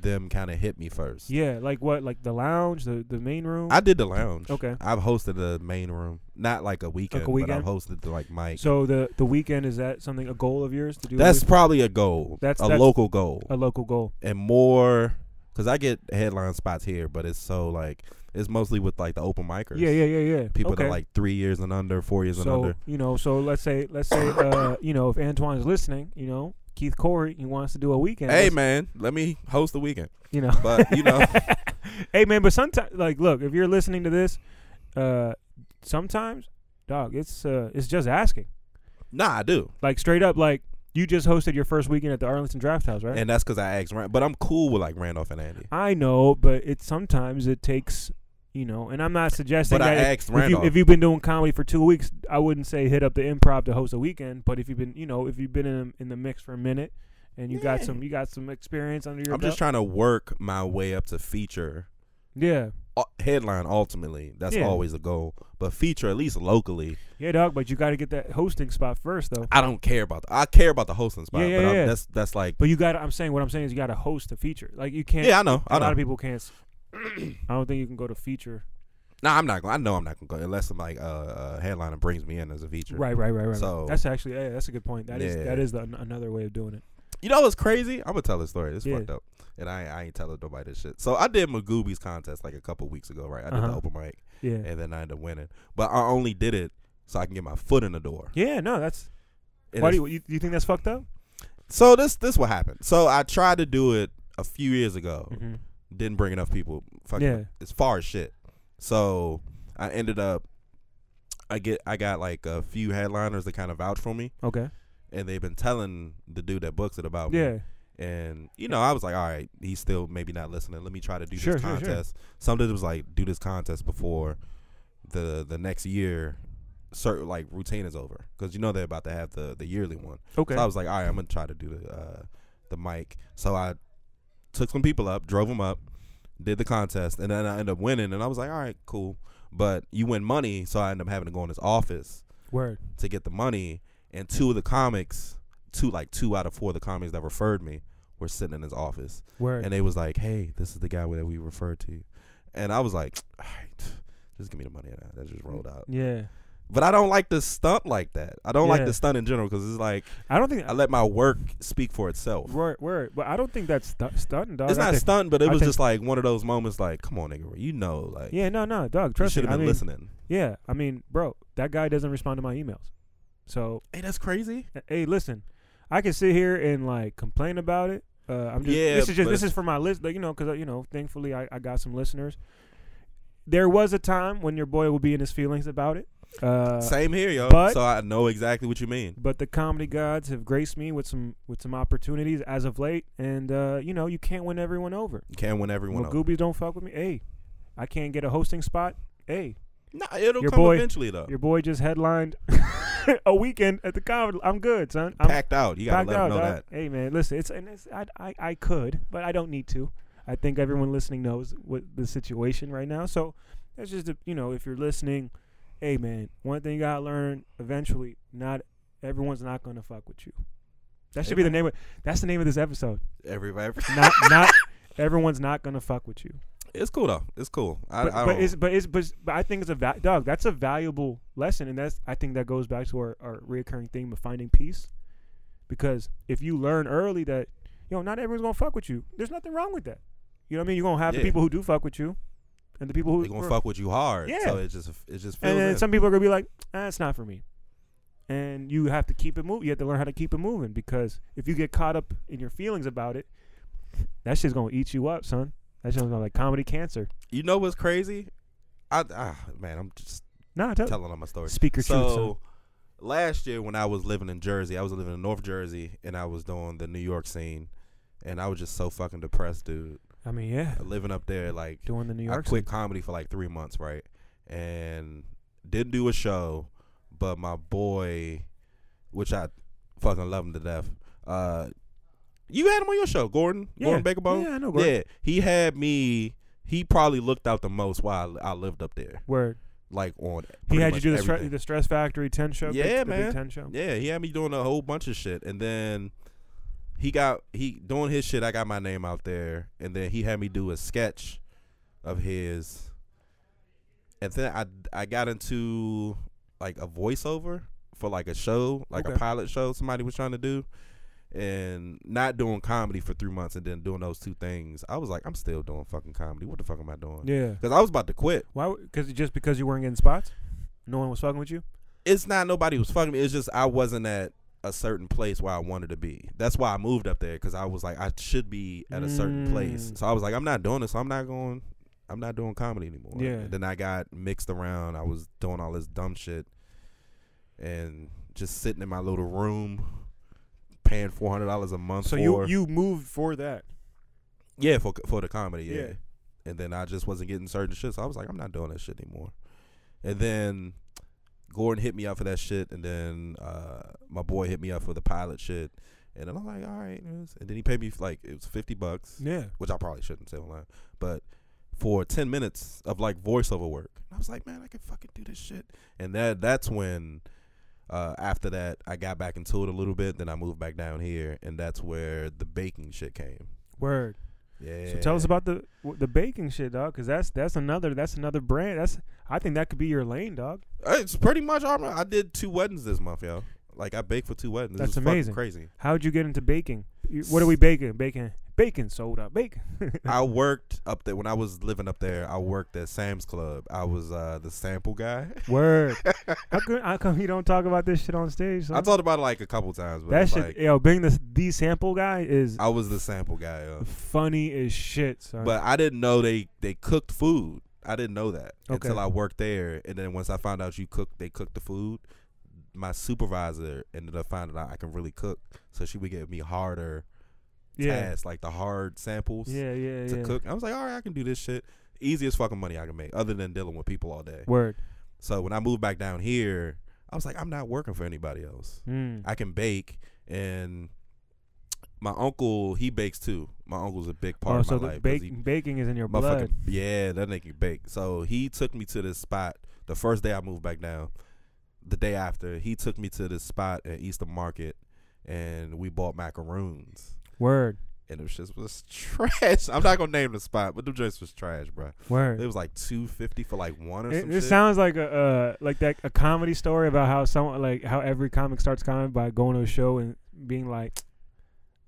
them kind of hit me first. yeah, like what? Like the lounge, the the main room. I did the lounge. okay. I've hosted the main room, not like a weekend, weekend? but I've hosted the, like mic. So the the weekend is that something a goal of yours to do? that's with- probably a goal. That's- a that's- local goal, a local goal. and more because I get headline spots here, but it's so like it's mostly with like the open micers. Yeah, yeah, yeah, yeah. People that Okay. are like three years and under, four years and so under. you know. So let's say let's say uh you know if Antoine's listening, you know Keith Corey, he wants to do a weekend. Hey let's- man, let me host the weekend, you know. but you know. hey man, but sometimes like look, if you're listening to this, uh, sometimes dog, it's uh it's just asking. Nah, I do, Like straight up, like you just hosted your first weekend at the Arlington Draft House, right? and that's because I asked. Rand- But I'm cool with like Randolph and Andy. I know, but it sometimes it takes you know, and I'm not suggesting But I that if- asked if, you, Randolph. if you've been doing comedy for two weeks, I wouldn't say hit up the improv to host a weekend. But if you've been, you know, if you've been in in the mix for a minute and you got Yeah. some you got some experience under your I'm belt, just trying to work my way up to feature yeah, uh, headline. Ultimately, that's Yeah. always the goal. But feature at least locally. yeah, dog. But you got to get that hosting spot first, though. I don't care about. The, I care about the hosting spot, Yeah, yeah, but I'm, yeah. that's that's like. But you got. to I'm saying what I'm saying is you got to host a feature. Like you can't. Yeah, I know. I a lot know. of people can't. s- I don't think you can go to feature. Nah, I'm not. Gonna, I know I'm not gonna go unless somebody uh, uh headliner brings me in as a feature. Right, right, right, right. So- right. that's actually yeah, that's a good point. That is Yeah. that is the, an- another way of doing it. You know what's crazy? I'm gonna tell this story. It's Yeah. fucked up, and I I ain't telling nobody this shit. So I did Magoobies contest like a couple weeks ago, right? I did the Uh-huh. open mic, Yeah. and then I ended up winning. But I only did it so I can get my foot in the door. Yeah, no, that's And why it's do you, you you think that's fucked up? So this this what happened. So I tried to do it a few years ago. Mm-hmm. Didn't bring enough people. Fucking Yeah. it's far as shit. So I ended up I get I got like a few headliners that kind of vouch for me Okay. and they've been telling the dude that books it about Yeah. me. And you know, I was like, all right, he's still maybe not listening. Let me try to do Sure, this sure, sure. contest. Some dude was like, do this contest before the the next year certain like routine is over because you know they're about to have the the yearly one. Okay. So I was like, all right, I'm gonna try to do the uh, the mic. So I took some people up, drove them up, did the contest, and then I ended up winning. And I was like, all right, cool. But you win money, so I ended up having to go in his office Word. to get the money. And two of the comics, two like two out of four of the comics that referred me, were sitting in his office, Word. and they was like, hey, this is the guy that we referred to, and I was like, all right, just give me the money. And I- that just rolled out. yeah. But I don't like the stunt like that. I don't like Mm. Yeah. the stunt in general because it's like. I don't think I let my work speak for itself. word word, but I don't think that's stu- stunting, dog. It's I not think- stunned, but it I was think- just like one of those moments. Like, come on, nigga, you know, like Yeah, no, no, dog. you Trust should me. have I been mean, listening. yeah, I mean, bro, that guy doesn't respond to my emails. So, Hey, that's crazy. uh, hey, listen, I can sit here and like complain about it. Uh, I'm just Yeah, this is just but this it's- is for my list, like, you know, because you know, thankfully I, I got some listeners. There was a time when your boy would be in his feelings about it. Uh, Same here, yo. but- so I know exactly what you mean. but the comedy gods have graced me with some with some opportunities as of late, and uh, you know you can't win everyone over. You can't win everyone. Well, over. Goobies don't fuck with me. Hey, I can't get a hosting spot. Hey, Nah, it'll Your come boy- eventually though. your boy just headlined a weekend at the comedy. I'm good, son. I'm packed out. You gotta packed let them know dog. that. Hey, man, listen, it's and it's I, I I could, but I don't need to. I think everyone listening knows what the situation right now. So that's just a, you know if you're listening, hey man, one thing you gotta learn eventually. Not everyone's not gonna fuck with you. That should be the name of that's the name of this episode. Everybody, Not not everyone's not gonna fuck with you. It's cool though. It's cool. I, but, I but don't- it's but it's but, it's- but I think it's a va- dog. That's a valuable lesson, and that's I think that goes back to our our reoccurring theme of finding peace, because if you learn early that you know not everyone's gonna fuck with you, there's nothing wrong with that. You know what I mean? You're gonna have Yeah. the people who do fuck with you, and the people who they gonna or- fuck with you hard. Yeah. So it just it just feels. and then in. some people are gonna be like, "That's it's not for me," and you have to keep it moving. You have to learn how to keep it moving because if you get caught up in your feelings about it, that shit's gonna eat you up, son. That shit's gonna like comedy cancer. you know what's crazy? I ah, man, I'm just Nah, tell, telling all my stories. speak your truth, son. So last year when I was living in Jersey, I was living in North Jersey, and I was doing the New York scene, and I was just so fucking depressed, dude. I mean, yeah, Living up there, like doing the New I York. quit comedy for like three months, right? And didn't do a show, but my boy, which I fucking love him to death. Uh, you had him on your show, Gordon. Yeah. Gordon Baker Bone. Yeah, I know Gordon. Yeah, he had me. He probably looked out the most while I lived up there, Word. like on. He pretty had you much do the, stre- everything. the Stress Factory 10 show. big- Yeah, the Big man. 10 show. Yeah, he had me doing a whole bunch of shit, and then he got he doing his shit. I got my name out there, and then he had me do a sketch of his, and then I I got into like a voiceover for like a show, like Okay. a pilot show somebody was trying to do, and not doing comedy for three months, and then doing those two things. I was like, I'm still doing fucking comedy. What the fuck am I doing? Yeah. Because I was about to quit. Why? Because just because you weren't getting spots, no one was fucking with you. it's not nobody was fucking me. It's just I wasn't at a certain place where I wanted to be. That's why I moved up there because I was like I should be at a certain place. Mm. So I was like I'm not doing this. I'm not going. I'm not doing comedy anymore. Yeah. And then I got mixed around. I was doing all this dumb shit and just sitting in my little room, paying four hundred dollars a month. So for, you you moved for that. yeah, for for the comedy, yeah. Yeah. And then I just wasn't getting certain shit, so I was like, I'm not doing that shit anymore. And then Gordon hit me up for that shit, and then uh, my boy hit me up for the pilot shit, and then I'm like, all right. it was- And then he paid me like it was fifty bucks, Yeah. which I probably shouldn't say online, but for ten minutes of like voiceover work, I was like, man, I can fucking do this shit. And that that's when. Uh, after that, I got back into it a little bit. Then I moved back down here, and that's where the baking shit came. Word. Yeah. So tell us about the w- the baking shit, dog. Because that's that's another that's another brand. That's I think that could be your lane, dog. It's pretty much all my- I did two weddings this month, yo. Like I baked for two weddings. That's it was fucking amazing. Crazy. How'd you get into baking? You, what are we baking? Baking, baking soda, bacon. I worked up there when I was living up there. I worked at Sam's Club. I was uh, the sample guy. Word. how come how come you don't talk about this shit on stage? son? I talked about it like a couple times, but that it's shit, like, yo, being the the sample guy is I was the sample guy, yo. funny as shit, son. But I didn't know they they cooked food. I didn't know that Okay. until I worked there, and then once I found out you cook, they cook the food. My supervisor ended up finding out I can really cook, so she would give me harder yeah. tasks, like the hard samples. yeah, yeah, to yeah. cook. I was like, all right, I can do this shit. Easiest fucking money I can make, other than dealing with people all day. Word. So when I moved back down here, I was like, I'm not working for anybody else. Mm. I can bake, and my uncle he bakes too. My uncle's a big part oh, of so my the life. 'cause bake, he baking is in your blood. motherfucking- yeah, that nigga bake. So he took me to this spot the first day I moved back down. The day after, he took me to this spot at Easter Market, and we bought macaroons. Word. And them shits was trash. I'm not gonna name the spot, but them joints was trash, bruh. Word. It was like two fifty for like one or It, some it shit. sounds like a uh, like that a comedy story about how someone like how every comic starts comedy by going to a show and being like,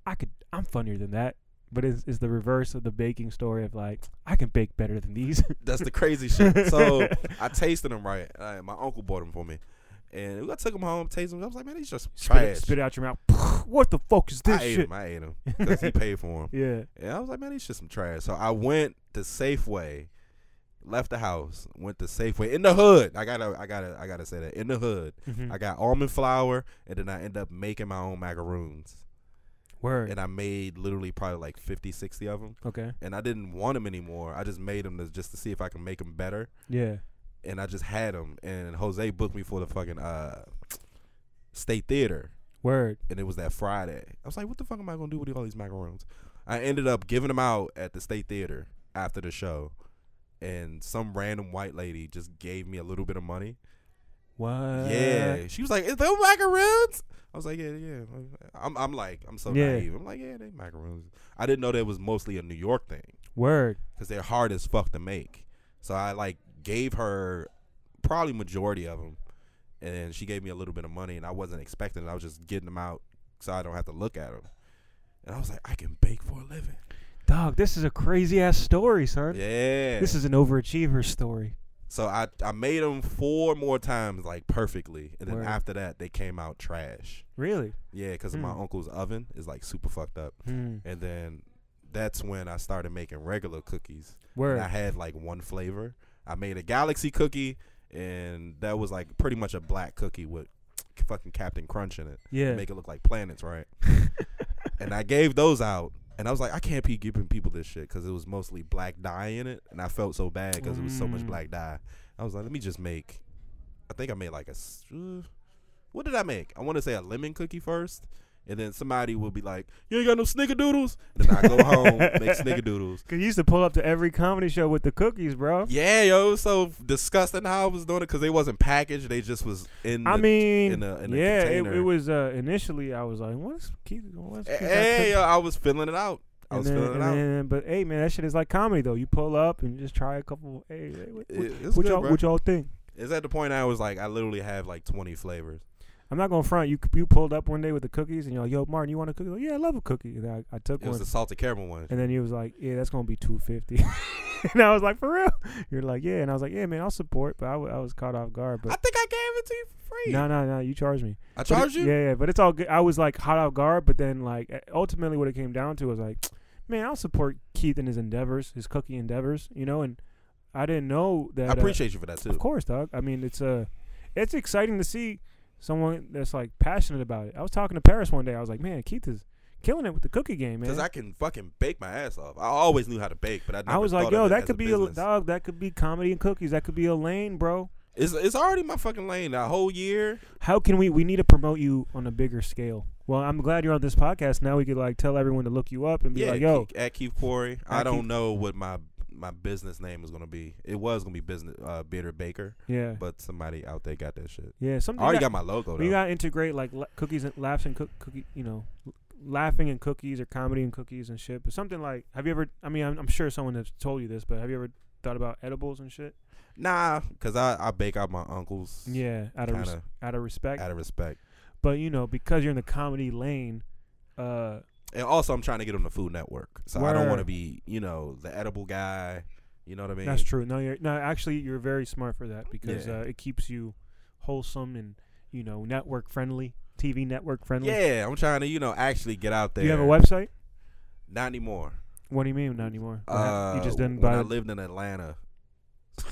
I could I'm funnier than that, but it's, it's the reverse of the baking story of like I can bake better than these. That's the crazy shit. So I tasted them right. Uh, my uncle bought them for me, and I took them home, tasted them. I was like, man, these just spit, it, trash. spit it out your mouth. What the fuck is this I ate shit? them. I ate them because he paid for them. Yeah. And I was like, man, these shit some trash. So I went to Safeway, left the house, went to Safeway in the hood. I gotta, I gotta, I gotta say that in the hood. Mhm. I got almond flour, and then I end up making my own macaroons, Word. and I made literally probably like 50, 60 of them. okay. and I didn't want them anymore. I just made them to, just to see if I can make them better, Yeah. and I just had them. And Jose booked me for the fucking uh, state theater, Word. and it was that Friday. I was like, "What the fuck am I gonna do with all these macaroons?" I ended up giving them out at the state theater after the show, and some random white lady just gave me a little bit of money. What? yeah, she was like, "Is those macaroons?" I was like, "Yeah, yeah." I'm, I'm like, I'm so Yeah. naive. I'm like, "Yeah, they macaroons." I didn't know that was mostly a New York thing. Word. because they're hard as fuck to make. So I like gave her probably majority of them, and she gave me a little bit of money, and I wasn't expecting it. I was just getting them out so I don't have to look at them. And I was like, I can bake for a living. Dog, this is a crazy ass story, son. Yeah. This is an overachiever story. so I I made them four more times like perfectly, and then Word. after that they came out trash. Really? Yeah, because my Hmm. uncle's oven is like super fucked up, Hmm. and then that's when I started making regular cookies. Word. and I had like one flavor. I made a galaxy cookie, and that was like pretty much a black cookie with fucking Captain Crunch in it. yeah. Make it look like planets, right? and I gave those out, and I was like, I can't be giving people this shit because it was mostly black dye in it, and I felt so bad because it was so much Mm. black dye. I was like, let me just make. I think I made like a. s- uh, What did I make? I want to say a lemon cookie first. And then somebody will be like, "You ain't got no snickerdoodles." And then I go home, make snickerdoodles, Cause you used to pull up to every comedy show with the cookies, bro. Yeah, yo, it was so disgusting how I was doing it because they wasn't packaged. They just was in. The, I mean, in a- in a yeah, it, container. it was uh, initially I was like, what's keep, what's keep that hey, cookie? yo, I was filling it out. I and was then, filling and it out. then- but hey, man, that shit is like comedy though. You pull up and just try a couple. Hey, hey, what, It- what- it's what good, y'all bro. what y'all think? It's at the point I was like, I literally have like twenty flavors. I'm not gonna front. You you pulled up one day with the cookies and you're like, yo, Martin, you want a cookie? Like, yeah, I love a cookie. And I, I took It was one, the salted caramel one. and then he was like, yeah, that's gonna be two fifty. and I was like, for real? You're like, yeah, and I was like, yeah, man, I'll support, but I wa- I was caught off guard. I But think I gave it to you for free. no, no, no, you charged me. I But it- charged you. Yeah, yeah, but it's all good. I was like hot off guard, but then like ultimately what it came down to was like, man, I'll support Keith in his endeavors, his cookie endeavors, you know, and I didn't know that. I uh, appreciate you for that of too. course, dog. I mean, it's uh, it's exciting to see someone that's like passionate about it. I was talking to Paris one day. I was like, man, Keith is killing it with the cookie game, man. Because I can fucking bake my ass off. I always knew how to bake, but I never I was like, thought of yo, it that as could a be a business. dog. That could be comedy and cookies. That could be a lane, bro. It's it's already my fucking lane. That whole year, How can we? We need to promote you on a bigger scale. Well, I'm glad you're on this podcast. Now we could like tell everyone to look you up and be yeah. like, yo, Keith- at Keith Quarry, I At don't Keith- know what my my business name is gonna be. It was gonna be business uh, bitter baker. Yeah. but somebody out there got that shit. yeah. I Something already you got my logo got, though. you gotta integrate like la- cookies and laughs and cook, cookie, you know, l- laughing and cookies or comedy and cookies and shit. But something like, have you ever? I mean, I'm, I'm sure someone has told you this, but have you ever thought about edibles and shit? nah, cause I, I bake out my uncles. Yeah, out of kind res- of out of respect. out of respect. but you know, because you're in the comedy lane, uh, And also, I'm trying to get on the Food Network, so I don't want to Word. be, you know, the edible guy. You know what I mean? that's true. No, you're no. Actually, you're very smart for that because Yeah. uh, it keeps you wholesome and you know network friendly, TV network friendly. Yeah, I'm trying to, you know, actually get out there. Do you have a website? Not anymore. What do you mean not anymore? What Uh, hap- you just didn't when buy. I it? lived in Atlanta. you,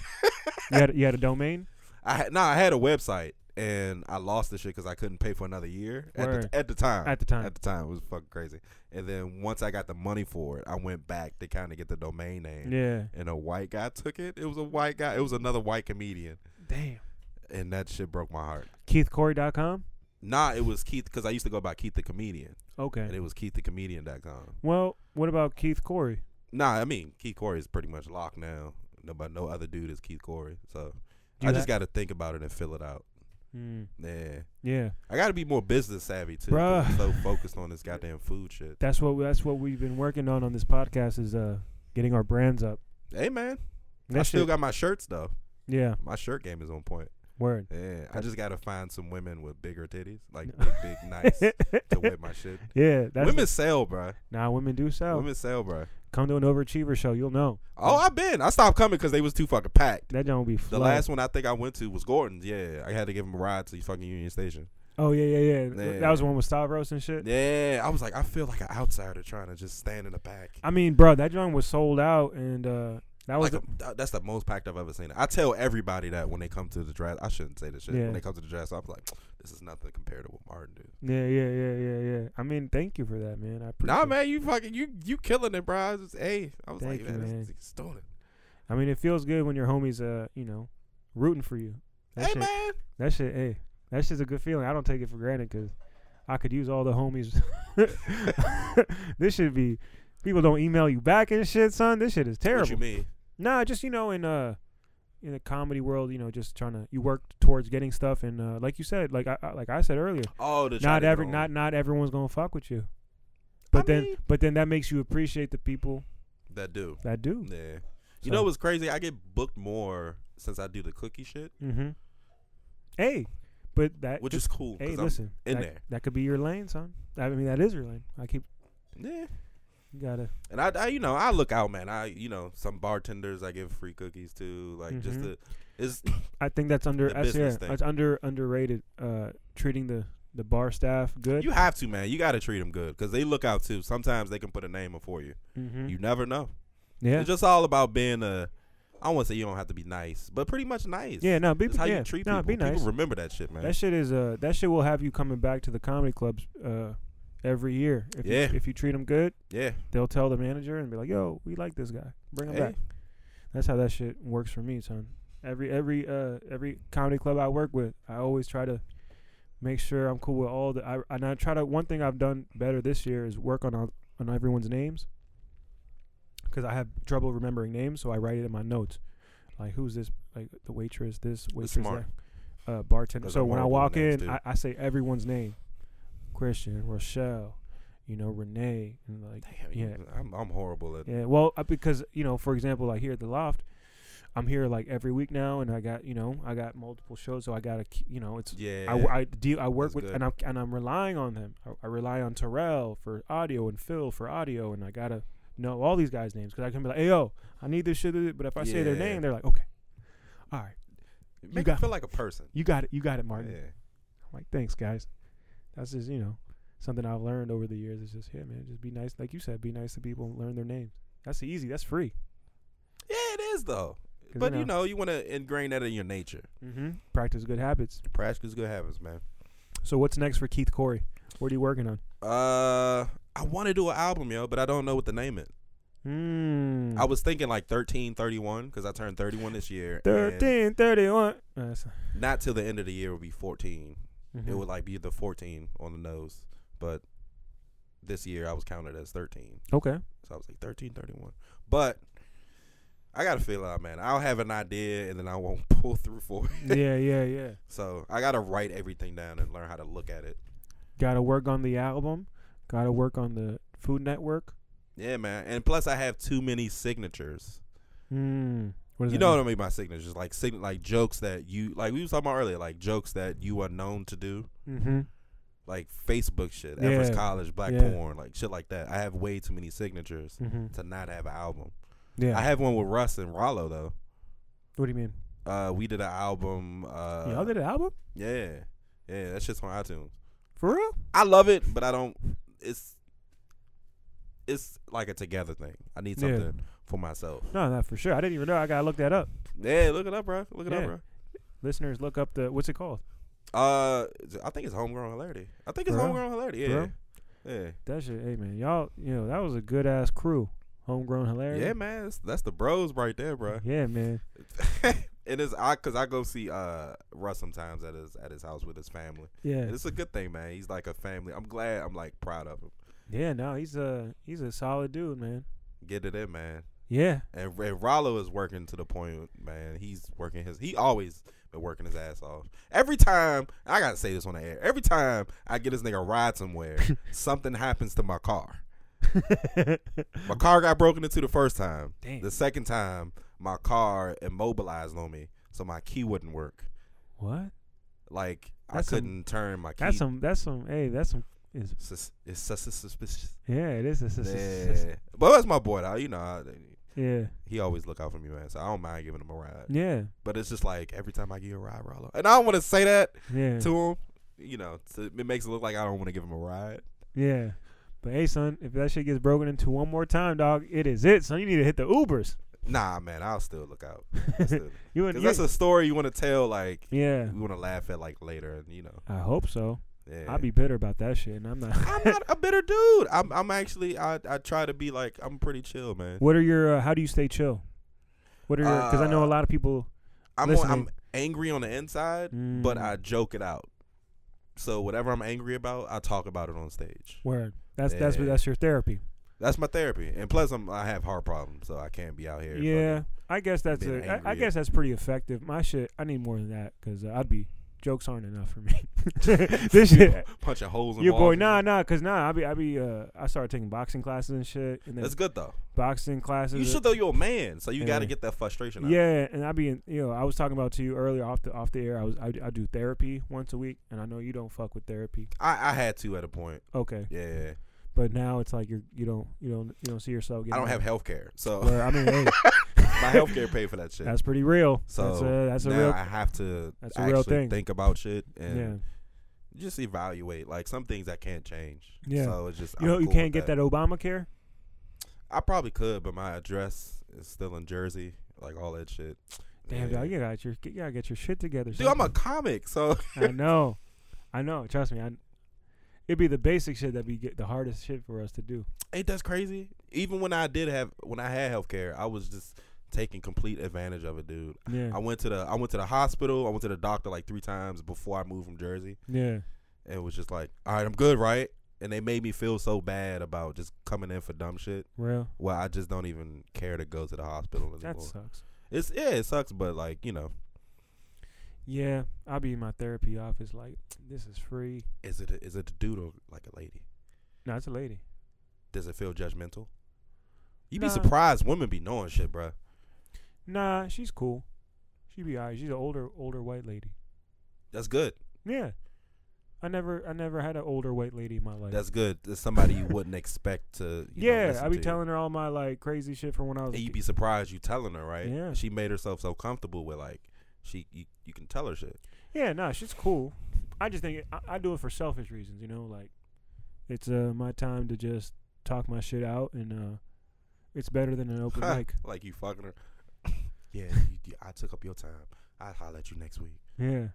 had, you had a domain. I had, no, I had a website and I lost the shit because I couldn't pay for another year at Word. the, at the time. At the time. Uh, at the time, it was fucking crazy. And then once I got the money for it, I went back to kind of get the domain name. Yeah. and a white guy took it. It was a white guy. It was another white comedian, Damn. and that shit broke my heart. KeithCorey.com? Nah, it was Keith because I used to go by Keith the comedian, and Okay. it was KeithTheComedian.com. Well, what about Keith Corey? Nah, I mean Keith Corey is pretty much locked now. Nobody, no other dude is Keith Corey. So Do I that- just got to think about it and fill it out. Mm, Yeah, yeah. I got to be more business savvy too. 'cause I'm Bruh. so focused on this goddamn food shit. That's what that's what we've been working on on this podcast is uh getting our brands up. Hey man, That I still shit- got my shirts though. yeah. My shirt game is on point. Word. Yeah, I That- just got to find some women with bigger titties, like No. big, big, nice, to whip my shit. yeah. That's Oh. women sell, bruh. nah, women do sell. Women sell, bro. Come to an overachiever show, you'll know. Oh, I've been. I stopped coming because they was too fucking packed. That don't be The flat. last one I think I went to was Gordon's. Yeah, I had to give him a ride to fucking Union Station. Oh yeah, yeah, yeah. Th- That was Yeah. the one with Stavros and shit. Yeah, I was like, I feel like an outsider trying to just stand in the back. I mean, bro, that joint was sold out and uh that was Like a- that's the most packed I've ever seen. I tell everybody that when they come to the draft, I shouldn't say this shit. Yeah. When they come to the draft, I'm like, this is nothing compared to what Martin did. the, Yeah, yeah, yeah, yeah, yeah. I mean, thank you for that, man. I appreciate Nah, man, you fucking you you killing it, bro. I was just, hey, I was Thank like, you, man, man. this nigga's doing it. I mean, it feels good when your homies, uh, you know, rooting for you. That hey, shit, man, that shit, hey, that shit's a good feeling. I don't take it for granted because I could use all the homies. this should be people don't email you back and shit, son. This shit is what you terrible. mean? Nah, just you know, in uh, in the comedy world, you know, just trying to you work towards getting stuff, and uh, like you said, like I, I like I said earlier, Oh, the not every, not not everyone's gonna fuck with you. But then, mean- but then that makes you appreciate the people That do. I do. Yeah. You So- know what's crazy? I get booked more since I do the cookie shit, Mm-hmm. Hey, but that which could- is cool. hey, 'cause I'm- listen, in that, there. that could be your lane, son. I mean, that is your lane. I keep Yeah. you gotta. And I, I, you know, I look out, man. I, you know, some bartenders I give free cookies to, like just Mhm. to, it's I think that's under. The That's, yeah, business thing. that's under underrated. Uh, treating the the bar staff good. you have to, man. You got to treat them good because they look out too. Sometimes they can put a name before you. mm-hmm. You never know. yeah. It's just all about being a. I want to say you don't have to be nice, but pretty much nice. yeah. No. Be It's how yeah. you treat no, people. Be nice. People remember that shit, man. That shit is uh that shit will have you coming back to the comedy clubs uh every year. If Yeah. You, if you treat them good, yeah. they'll tell the manager and be like, "Yo, we like this guy. Bring him Hey. back." That's how that shit works for me, son. Every every uh every comedy club I work with, I always try to make sure I'm cool with all the. I and I try to. One thing I've done better this year is work on all- on everyone's names because I have trouble remembering names, so I write it in my notes. Like who's this? Like the waitress, this waitress, smart. that, uh, bartender. 'Cause So I'm when I horrible with walk names, in, too. I, I say everyone's name: Christian, Rochelle, you know, Renee, and like Damn, Yeah. you- I'm, I'm horrible at. yeah, well, uh, because you know, for example, like here at the loft, I'm here like every week now, and I got you know, I got multiple shows, so I gotta, ke- you know, it's Yeah. I, I deal, I work That's with, good. and I'm and I'm relying on them. I, I rely on Terrell for audio and Phil for audio, and I gotta know all these guys' names because I can be like, hey yo, I need this shit, but if I say their Yeah. name, they're like, okay, all right, Make you got- feel like a person. you got it, you got it, Martin. Yeah. I'm like, thanks, guys. That's just you know something I've learned over the years. It's just yeah, man, just be nice, like you said, be nice to people, and learn their names. That's easy. That's free. Yeah, it is though. 'Cause, But you know, you want to ingrain that in your nature. Mm-hmm. Practice good habits. Practice good habits, man. So what's next for Keith Corey? What are you working on? Uh, I want to do an album, yo, but I don't know what the name is. Mm. I was thinking like thirteen thirty one because I turned 31 this year. and thirteen thirty one. Uh, that's- Not till the end of the year will be 14. It mhm. would like be the 14 on the nose, but this year I was counted as 13, okay. so I was like 13, 31. But I gotta feel out, man. I'll have an idea and then I won't pull through for it. yeah, yeah, yeah. So I gotta write everything down and learn how to look at it. Got to work on the album. Got to work on the Food Network. Yeah, man. And plus, I have too many signatures. Mm. What does You that know what mean? I mean by signatures? Like sign like jokes that you like. We was talking about earlier, like jokes that you are known to do, Mm-hmm. like Facebook shit, Yeah. Everest College, Black Yeah. porn, like shit like that. I have way too many signatures Mm-hmm. to not have an album. Yeah. I have one with Russ and Rollo though. what do you mean? Uh, we did an album. Uh, Y'all did an album yeah, yeah. That shit's on iTunes. for real? I love it, but I don't. It's it's like a together thing. I need Yeah. something for myself. No, not for sure. I didn't even know. I gotta look that up. Yeah, look it up, bro. Look it up, Yeah. bro. Listeners, look up the what's it called? Uh, I think it's homegrown hilarity. I think it's For real? homegrown hilarity. For Yeah, real? yeah, That shit. Hey man, y'all. You know that was a good ass crew. Homegrown hilarious. yeah, man. That's, that's the bros right there, bro. Yeah, man. it is. I cause I go see uh Russ sometimes at his at his house with his family. Yeah. And it's a good thing, man. He's like a family. I'm glad. I'm like proud of him. Yeah, no, he's a he's a solid dude, man. Get it in, man. Yeah, And, and Rollo is working to the point, man. He's working his. He always been working his ass off. Every time I gotta say this on the air. Every time I get this nigga a ride somewhere, something happens to my car. My car got broken into the first time. damn. The second time, my car immobilized on me, so my key wouldn't work. what? Like That's I some- couldn't turn my key. That's some. That's some. Hey, that's some. Is Sus- it's sus- sus- suspicious. yeah, it is. It's, it's, it's, Yeah. But that's my boy. Though. You know, I, yeah, he always look out for me, man. So I don't mind giving him a ride. yeah, But it's just like every time I give you a ride, Rollo, and I don't want to say that yeah, to him. You know, to, it makes it look like I don't want to give him a ride. yeah. But hey, son, if that shit gets broken into one more time, dog, it is it, son. You need to hit the Ubers. Nah, man, I'll still look out. I'll still- You and 'Cause you, that's a story you want to tell, like yeah. you want to laugh at, like later, and you know. I hope so. Yeah. I'd be bitter about that shit, and I'm not. I'm not a bitter dude. I'm I'm actually I I try to be like I'm pretty chill, man. What are your? Uh, how do you stay chill? What are your? Because I know a Uh, lot of people. I'm on, I'm listening. angry on the inside, but Mm, I joke it out. So whatever I'm angry about, I talk about it on stage. word. That's that's Yeah. that's your therapy. That's my therapy. And plus I'm I have heart problems, so I can't be out here. Yeah, I guess that's being a, I, I angry. guess that's pretty effective. My shit, I need more than that because uh, I'd be jokes aren't enough for me. this shit, Punch a holes in your boy, walls. nah, nah, cause nah, I be, I be, uh, I started taking boxing classes and shit, and then That's good though. boxing classes. You should though. You're a man, so you Yeah. got to get that frustration out. Yeah, and I be, in, you know, I was talking about to you earlier off the off the air. I was, I, I do therapy once a week, and I know you don't fuck with therapy. I, I had to at a point. Okay, Yeah, but now it's like you're, you don't, you don't, you don't see yourself. Getting I don't have health care, so Where, I mean, hey, my health care paid for that shit. that's pretty real. so that's a, that's a now real. I have to that's a actually real thing. think about shit and yeah, just evaluate like some things I can't change. Yeah. So it's just you know, I'm you cool can't get with that. Obamacare. I probably could, but my address is still in Jersey. Like all that shit. Damn, Yeah. dog, you got your, you gotta get your shit together. Dude, I'm a somehow. comic, so I know, I know. Trust me, I. It'd be the basic shit that be get the hardest shit for us to do. ain't that crazy? Even when I did have when I had health care, I was just taking complete advantage of it, dude. Yeah, I went to the I went to the hospital, I went to the doctor like three times before I moved from Jersey yeah, and was just like, All right, I'm good, right? And they made me feel so bad about just coming in for dumb shit. real. Well, I just don't even care to go to the hospital anymore. That sucks. It's yeah, it sucks, but like, you know, Yeah, I'll be in my therapy office like this is free. is it a, is it a dude or like a lady? No, it's a lady. Does it feel judgmental? You'd be Nah. surprised women be knowing shit, bruh. Nah, she's cool. She be alright. She's an older older white lady. That's good. Yeah. I never I never had an older white lady in my life. That's good. That's somebody you wouldn't expect to. You know, yeah, listen I be to. telling her all my like crazy shit from when I was. a And you'd kid. be surprised you telling her, right? Yeah. She made herself so comfortable with like she you, you can tell her shit. yeah, nah, she's cool. I just think it, I, I do it for selfish reasons, you know. Like, it's uh my time to just talk my shit out, and uh, it's better than an open Huh. mic. Like you fucking her. yeah, you, you- I took up your time. I'll holler at you next week. Yeah.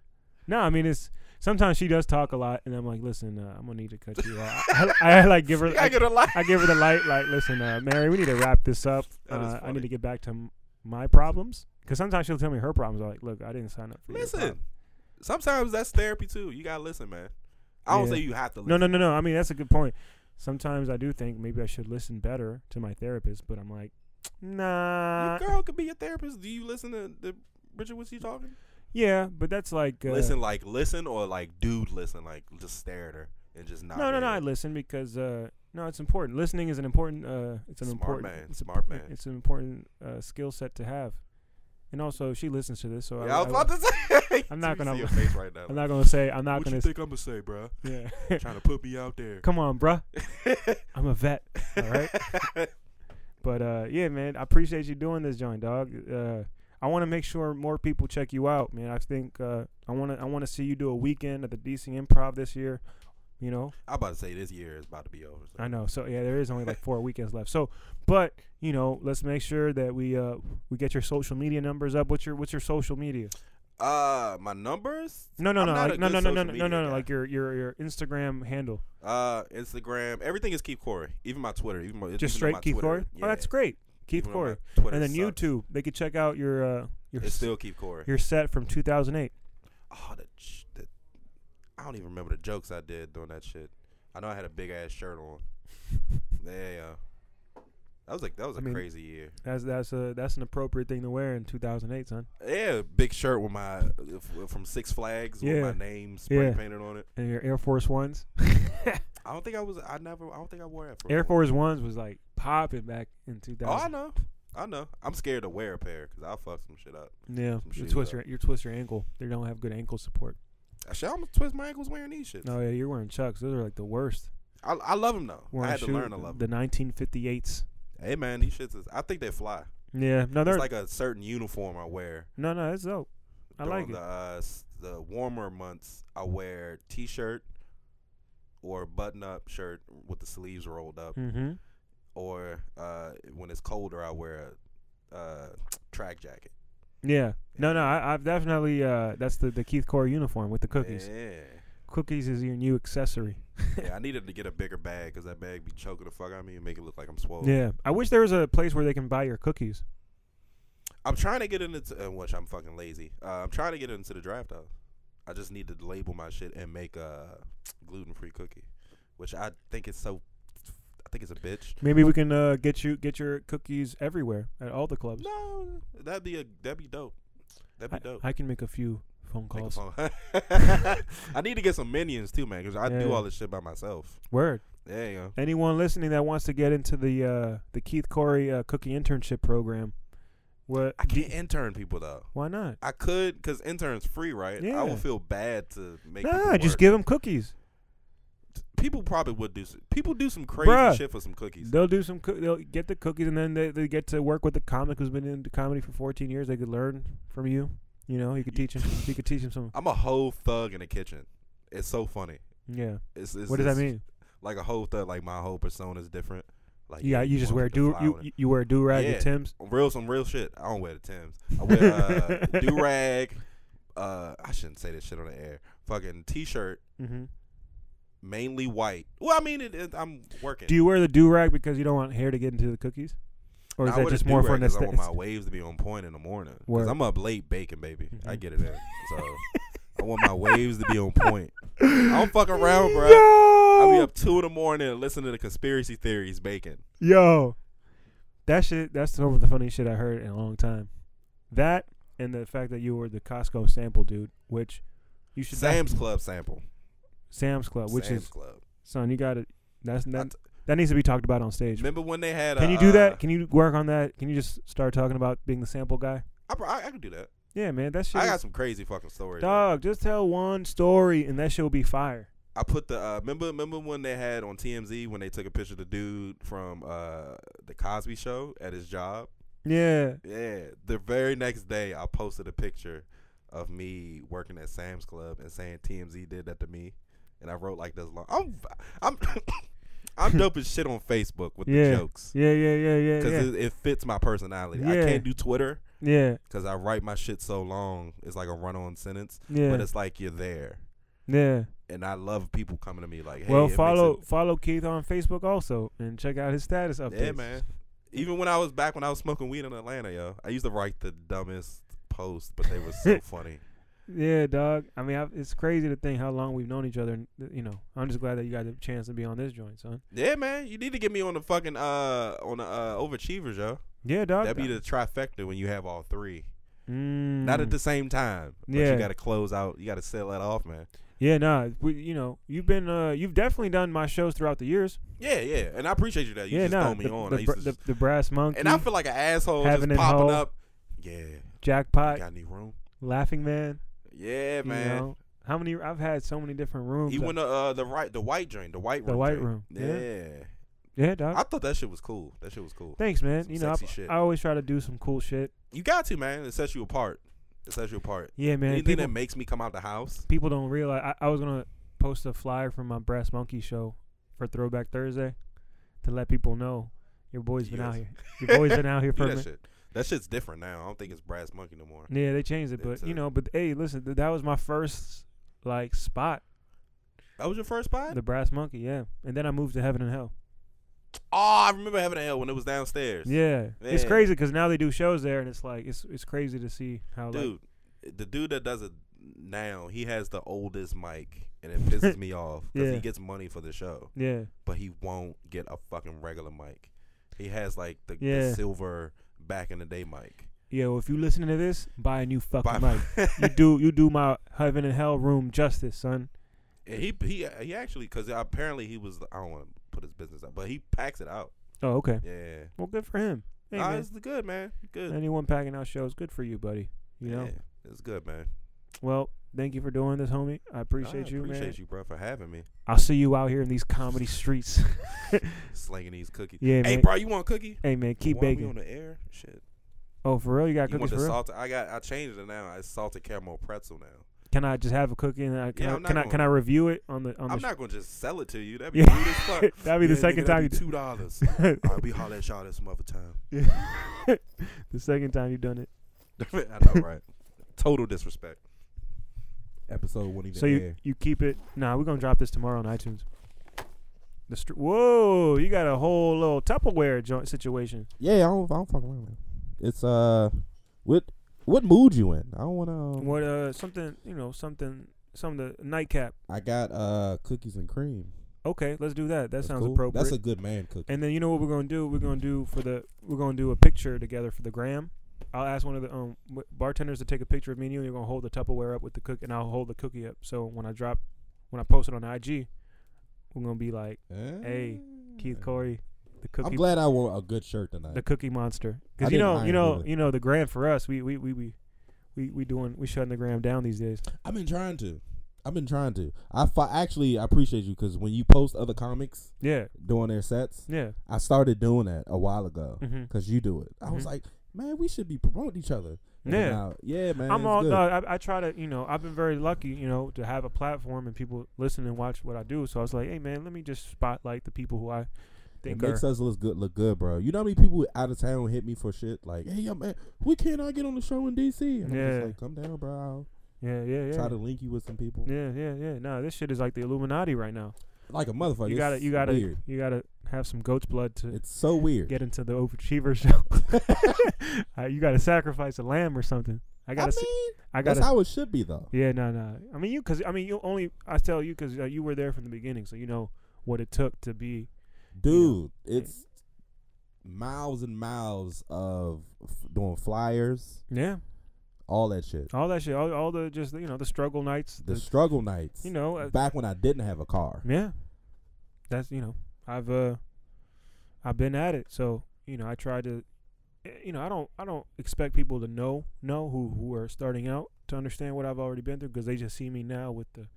No, I mean it's sometimes she does talk a lot, and I'm like, listen, uh, I'm gonna need to cut you off. I, I, like give her, I I, get a light. I give her the light, like, listen, uh, Mary, we need to wrap this up. That is Uh, I funny. need to get back to m- my problems because sometimes she'll tell me her problems. I'm like, look, I didn't sign up for your Listen. problem." Sometimes that's therapy too. You gotta listen, man. I don't Yeah. say you have to. listen. No, no, no, no. I mean that's a good point. Sometimes I do think maybe I should listen better to my therapist, but I'm like, nah. Your girl could be your therapist. Do you listen to the Richard? What's he talking? Yeah, but that's like uh, Listen, like listen, or like dude, listen, like just stare at her and just not. No, no, at no. I her. listen because uh, no, it's important. Listening is an important. Uh, it's an Smart important. man, It's a- smart man. It's an important uh, skill set to have. And also, she listens to this, so Yeah, I I, was about to say. I'm not You gonna- See your face right now. am not gonna say. I'm not what you gonna. think I'm gonna say, bro? yeah. Trying to put me out there. Come on, bruh. I'm a vet. All right. But uh, yeah, man, I appreciate you doing this, John Dog. Uh, I want to make sure more people check you out, man. I think uh, I want to. I want to see you do a weekend at the DC Improv this year. You know, I'm about to say this year is about to be over. So. I know. So yeah, there is only like four weekends left. So, but you know, let's make sure that we uh we get your social media numbers up. What's your what's your social media? Uh, my numbers. No, no, I'm no, not like, a no, good no, no, no, social no, no, media no, guy. like your your your Instagram handle, Uh, Instagram. Everything is Keith Corey. Even my Twitter. Even my, just even straight my Keith Twitter. Corey. Yeah. Oh, that's great, Keith Even though my Corey. Twitter And then sucks. YouTube, they could check out your uh your It's still Keith Corey. your set from 2008. Oh, the, j- the, I don't even remember the jokes I did doing that shit. I know I had a big ass shirt on. Yeah, yeah. That was like that was a I mean- crazy year. That's that's a that's an appropriate thing to wear in 2008, son. Yeah, big shirt with my f- from Six Flags with Yeah. my name spray Yeah. painted on it. And your Air Force Ones. I don't think I was. I never. I don't think I wore that. For Air Force Ones was like popping back in Oh, I 2000. know. I know. I'm scared to wear a pair because I'll fuck some shit up. yeah, Some you shoes twist up. your you twist your ankle. They don't have good ankle support. Shit, I'm gonna twist my ankles wearing these shits. No, yeah, you're wearing Chucks. Those are like the worst. I, I love them though. Wearing I had to shoe- learn to love the them. 1958s. Hey man, these shits is. I think they fly. Yeah, no, they're It's like a certain uniform I wear. no, no, it's dope. I during like it. the, Uh, s- the warmer months, I wear t-shirt or button-up shirt with the sleeves rolled up, Mm-hmm. or uh, when it's colder, I wear a uh, track jacket. Yeah, no, no, I, I've definitely uh, that's the the Keith Core uniform with the cookies. Yeah, Cookies is your new accessory. yeah. I needed to get a bigger bag because that bag be choking the fuck out of me and make it look like I'm swollen. Yeah, I wish there was a place where they can buy your cookies. I'm trying to get into uh, which I'm fucking lazy. Uh, I'm trying to get into the draft though. I just need to label my shit and make a gluten-free cookie, which I think is so. I think it's a bitch. Maybe we can uh, get you get your cookies everywhere at all the clubs. No, that'd be a that'd be dope. That'd be I, dope. I can make a few Phone Make a calls. phone. I need to get some minions too, man, because I do Yeah. all this shit by myself. Word. There you go. Anyone listening that wants to get into the uh, the Keith Corey uh, cookie internship program, what? I can't intern people though. Why not? I could because intern's free, right? I Yeah. would feel bad to make. Nah, people just work. give them cookies. People probably would do. Some, people do some crazy Bruh. shit for some cookies. They'll do some. Coo- they'll get the cookies, and then they, they get to work with the comic who's been into comedy for 14 years. They could learn from you. You know, you could teach them. You could teach them some. I'm a whole thug in the kitchen. It's so funny. Yeah. It's, it's What does that it's mean? Like a whole thug. Like my whole persona is different. Like Yeah, you just want wear the do flower you, and- you- you wear do rag Yeah. and Tim's. real some real shit. I don't wear the Tims. I wear uh, do rag. Uh, I shouldn't say this shit on the air. Fucking t-shirt, hmm mainly white. Well, I mean, it, it, I'm working. Do you wear the do rag because you don't want hair to get into the cookies, or is I that wear just the more for do-rag an 'cause I want aesthetic? my waves to be on point in the morning. Cause Word. I'm up late baking, baby. I Mhm. get it in. So I want my waves to be on point. I don't fuck around, bruh. Yo, I be up two in the morning and listen to the conspiracy theories baking. yo, that shit. That's some of the funniest shit I heard in a long time. That and the fact that you were the Costco sample dude, which you should not- Sam's Club sample. Sam's Club, which Sam's is Club. son, you got to That's I that, t- that needs to be talked about on stage. remember when they had? Can you uh, do that? Can you work on that? Can you just start talking about being the sample guy? I, pro- I, I can do that. Yeah, man, that shit. I is- got some crazy fucking stories. man. Dog, just tell one story and that shit will be fire. I put the uh, remember remember when they had on TMZ when they took a picture of the dude from uh, the Cosby Show at his job. Yeah. Yeah, the very next day I posted a picture of me working at Sam's Club and saying TMZ did that to me, and I wrote like this long. I'm I'm I'm dope as shit on Facebook with Yeah. the jokes Yeah, yeah, yeah, yeah. because Yeah. it, it fits my personality. I Yeah. can't do Twitter yeah, because I write my shit so long. It's like a run on sentence, yeah. but it's like you're there. yeah. And I love people coming to me like, hey, it well, makes it- follow follow Keith on Facebook also and check out his status updates. Yeah, man. Even when I was back when I was smoking weed in Atlanta, yo, I used to write the dumbest posts, but they were so funny. Yeah, dog. I mean, I, it's crazy to think how long we've known each other. And, you know, I'm just glad that you got the chance to be on this joint, son. Yeah, man, you need to get me on the fucking uh on the uh, overachievers, yo. Yeah, dog. That'd be the trifecta when you have all three, Mm. not at the same time. But Yeah. you got to close out. You got to sell that off, man. Yeah, nah. We, you know, you've been uh, you've definitely done my shows throughout the years. Yeah, yeah, and I appreciate you that you yeah, just nah. throw me the, on. The, I used br- to the, just- the brass monkey, and I feel like an asshole Having just it popping whole. up. Yeah, you jackpot, got any room? laughing man. Yeah, you man. know? how many? I've had so many different rooms. Even the uh the right the white joint, the white room, The white joint. room, yeah. yeah. yeah, dog. I thought that shit was cool. That shit was cool. Thanks, man. Some You know, sexy I, shit. I always try to do some cool shit. You got to, man. It sets you apart. It sets you apart. Yeah, man. Anything People, that makes me come out the house. people don't realize. I, I was gonna post a flyer from my Brass Monkey show for Throwback Thursday to let people know your boy's been out Yes. here. Your boy's been out here for Do a that minute. shit. That shit's different now. I don't think it's brass monkey no more. Yeah, they changed it, but It's a- you know, but hey, listen, th- that was my first like spot, That was your first spot? the Brass Monkey. Yeah, and then I moved to Heaven and Hell. Oh, I remember having a hell when it was downstairs. Yeah, it's Yeah. crazy because now they do shows there, and it's like it's it's crazy to see how like Dude, the dude that does it now, he has the oldest mic and it pisses me off because Yeah. he gets money for the show, yeah but he won't get a fucking regular mic. He has like the, Yeah. the silver back in the day mic. yeah. Well, if you listening to this, buy a new fucking Buy- mic. you do you do my Heaven and Hell room justice, son. And he he he actually because apparently he was I don't want to put his business out, but he packs it out. Oh, okay. Yeah, Well, good for him. Hey, nah, man, it's good man, good. anyone packing out shows, good for you, buddy. You know. Yeah, it's good man. Well, thank you for doing this, homie. I Nah, appreciate you, appreciate man. you, bro, for having me. I'll see you out here in these comedy streets. Slinging these cookies. yeah, hey, man. bro, you want a cookie? Hey, man, keep While we baking. on the air. Shit. Oh, for real? You got You cookies want the for real? salted? I got. I changed it now. It's salted caramel pretzel now. Can I just have a cookie and I, can, Yeah, I, I'm not can, I, gonna- can I review it on the on I'm the? not gonna just sell it to you. That'd be Yeah. rude as fuck. sh- That'd be the Yeah, second nigga, time. that'd be two dollars. you I'll be holler at y'all at some other time. the second time you've done it. I know, right? Total disrespect. Episode won't even So you you keep it. Nah, we're gonna drop this tomorrow on iTunes. The str- whoa, you got a whole little Tupperware joint situation. Yeah, I don't, I don't fuck around. Man. It's uh, what what mood you in? I don't wanna. um, What uh something you know something some the nightcap. I got uh cookies and cream. Okay, let's do that. That That's sounds cool. appropriate. That's a good man cookie. and then you know what we're gonna do? We're gonna do for the we're gonna do a picture together for the gram. I'll ask one of the um w- bartenders to take a picture of me and you, and you're gonna hold the Tupperware up with the cook, and I'll hold the cookie up. So when I drop, when I post it on IG, we're gonna be like Hey, Keith Corey, the Eh. I'm cookie, glad I wore a good shirt tonight. the cookie monster. I Because you didn't know, iron you know, really. you know, the gram for us, we we we we we, we doing we shutting the gram down these days. I've been trying to. I've been trying to. I fi- actually I appreciate you because when you post other comics Yeah, doing their sets, yeah. I started doing that a while ago Mm-hmm. because you do it. I was Mhm. like, man, we should be promoting each other. And Yeah. now- yeah, man. I'm it's all good. dog. I, I try to, you know, I've been very lucky, you know, to have a platform and people listen and watch what I do. So I was like, hey man, let me just spotlight the people who I It think are. makes us look good, look good, bro. You know how many people out of town hit me for shit like, "Hey, yo, man, we can't I get on the show in DC?" And I'm Yeah. just like, "Come down, bro. I'll Yeah, yeah, yeah. try to link you with some people." yeah, yeah, yeah. No, this shit is like the Illuminati right now. Like a motherfucker. you gotta, It's you gotta, Oh, Weird. you gotta have some goat's blood to It's so weird. get into the overachiever show. Uh, you gotta sacrifice a lamb or something. I I gotta, mean, s I that's gotta. how it should be, though. yeah, no, no. I mean, you, cause I mean, you only. I tell you, cause uh, you were there from the beginning, so you know what it took to be. dude it's miles and miles of f- doing flyers Yeah, all that shit all that shit, all, all the just you know the struggle nights, the struggle nights you know, uh, back when i didn't have a car yeah. That's you know, I've uh, I've been at it, so you know, I try to, eh, you know, I don't, I don't expect people to know, know who who are starting out to understand what I've already been through because they just see me now with the,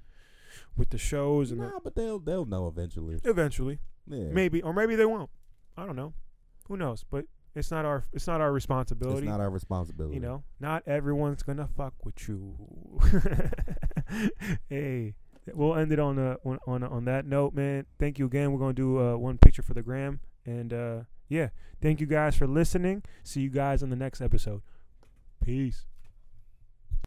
with the shows and the, nah but they'll they'll know eventually Eventually, yeah maybe, or maybe they won't. I don't know. Who knows? But it's not our it's not our responsibility. it's not our responsibility you know, not everyone's gonna fuck with you. hey, we'll end it on uh on on, on that note, man. Thank you again. We're gonna do uh, one picture for the gram, and uh, yeah, thank you guys for listening. See you guys on the next episode. Peace.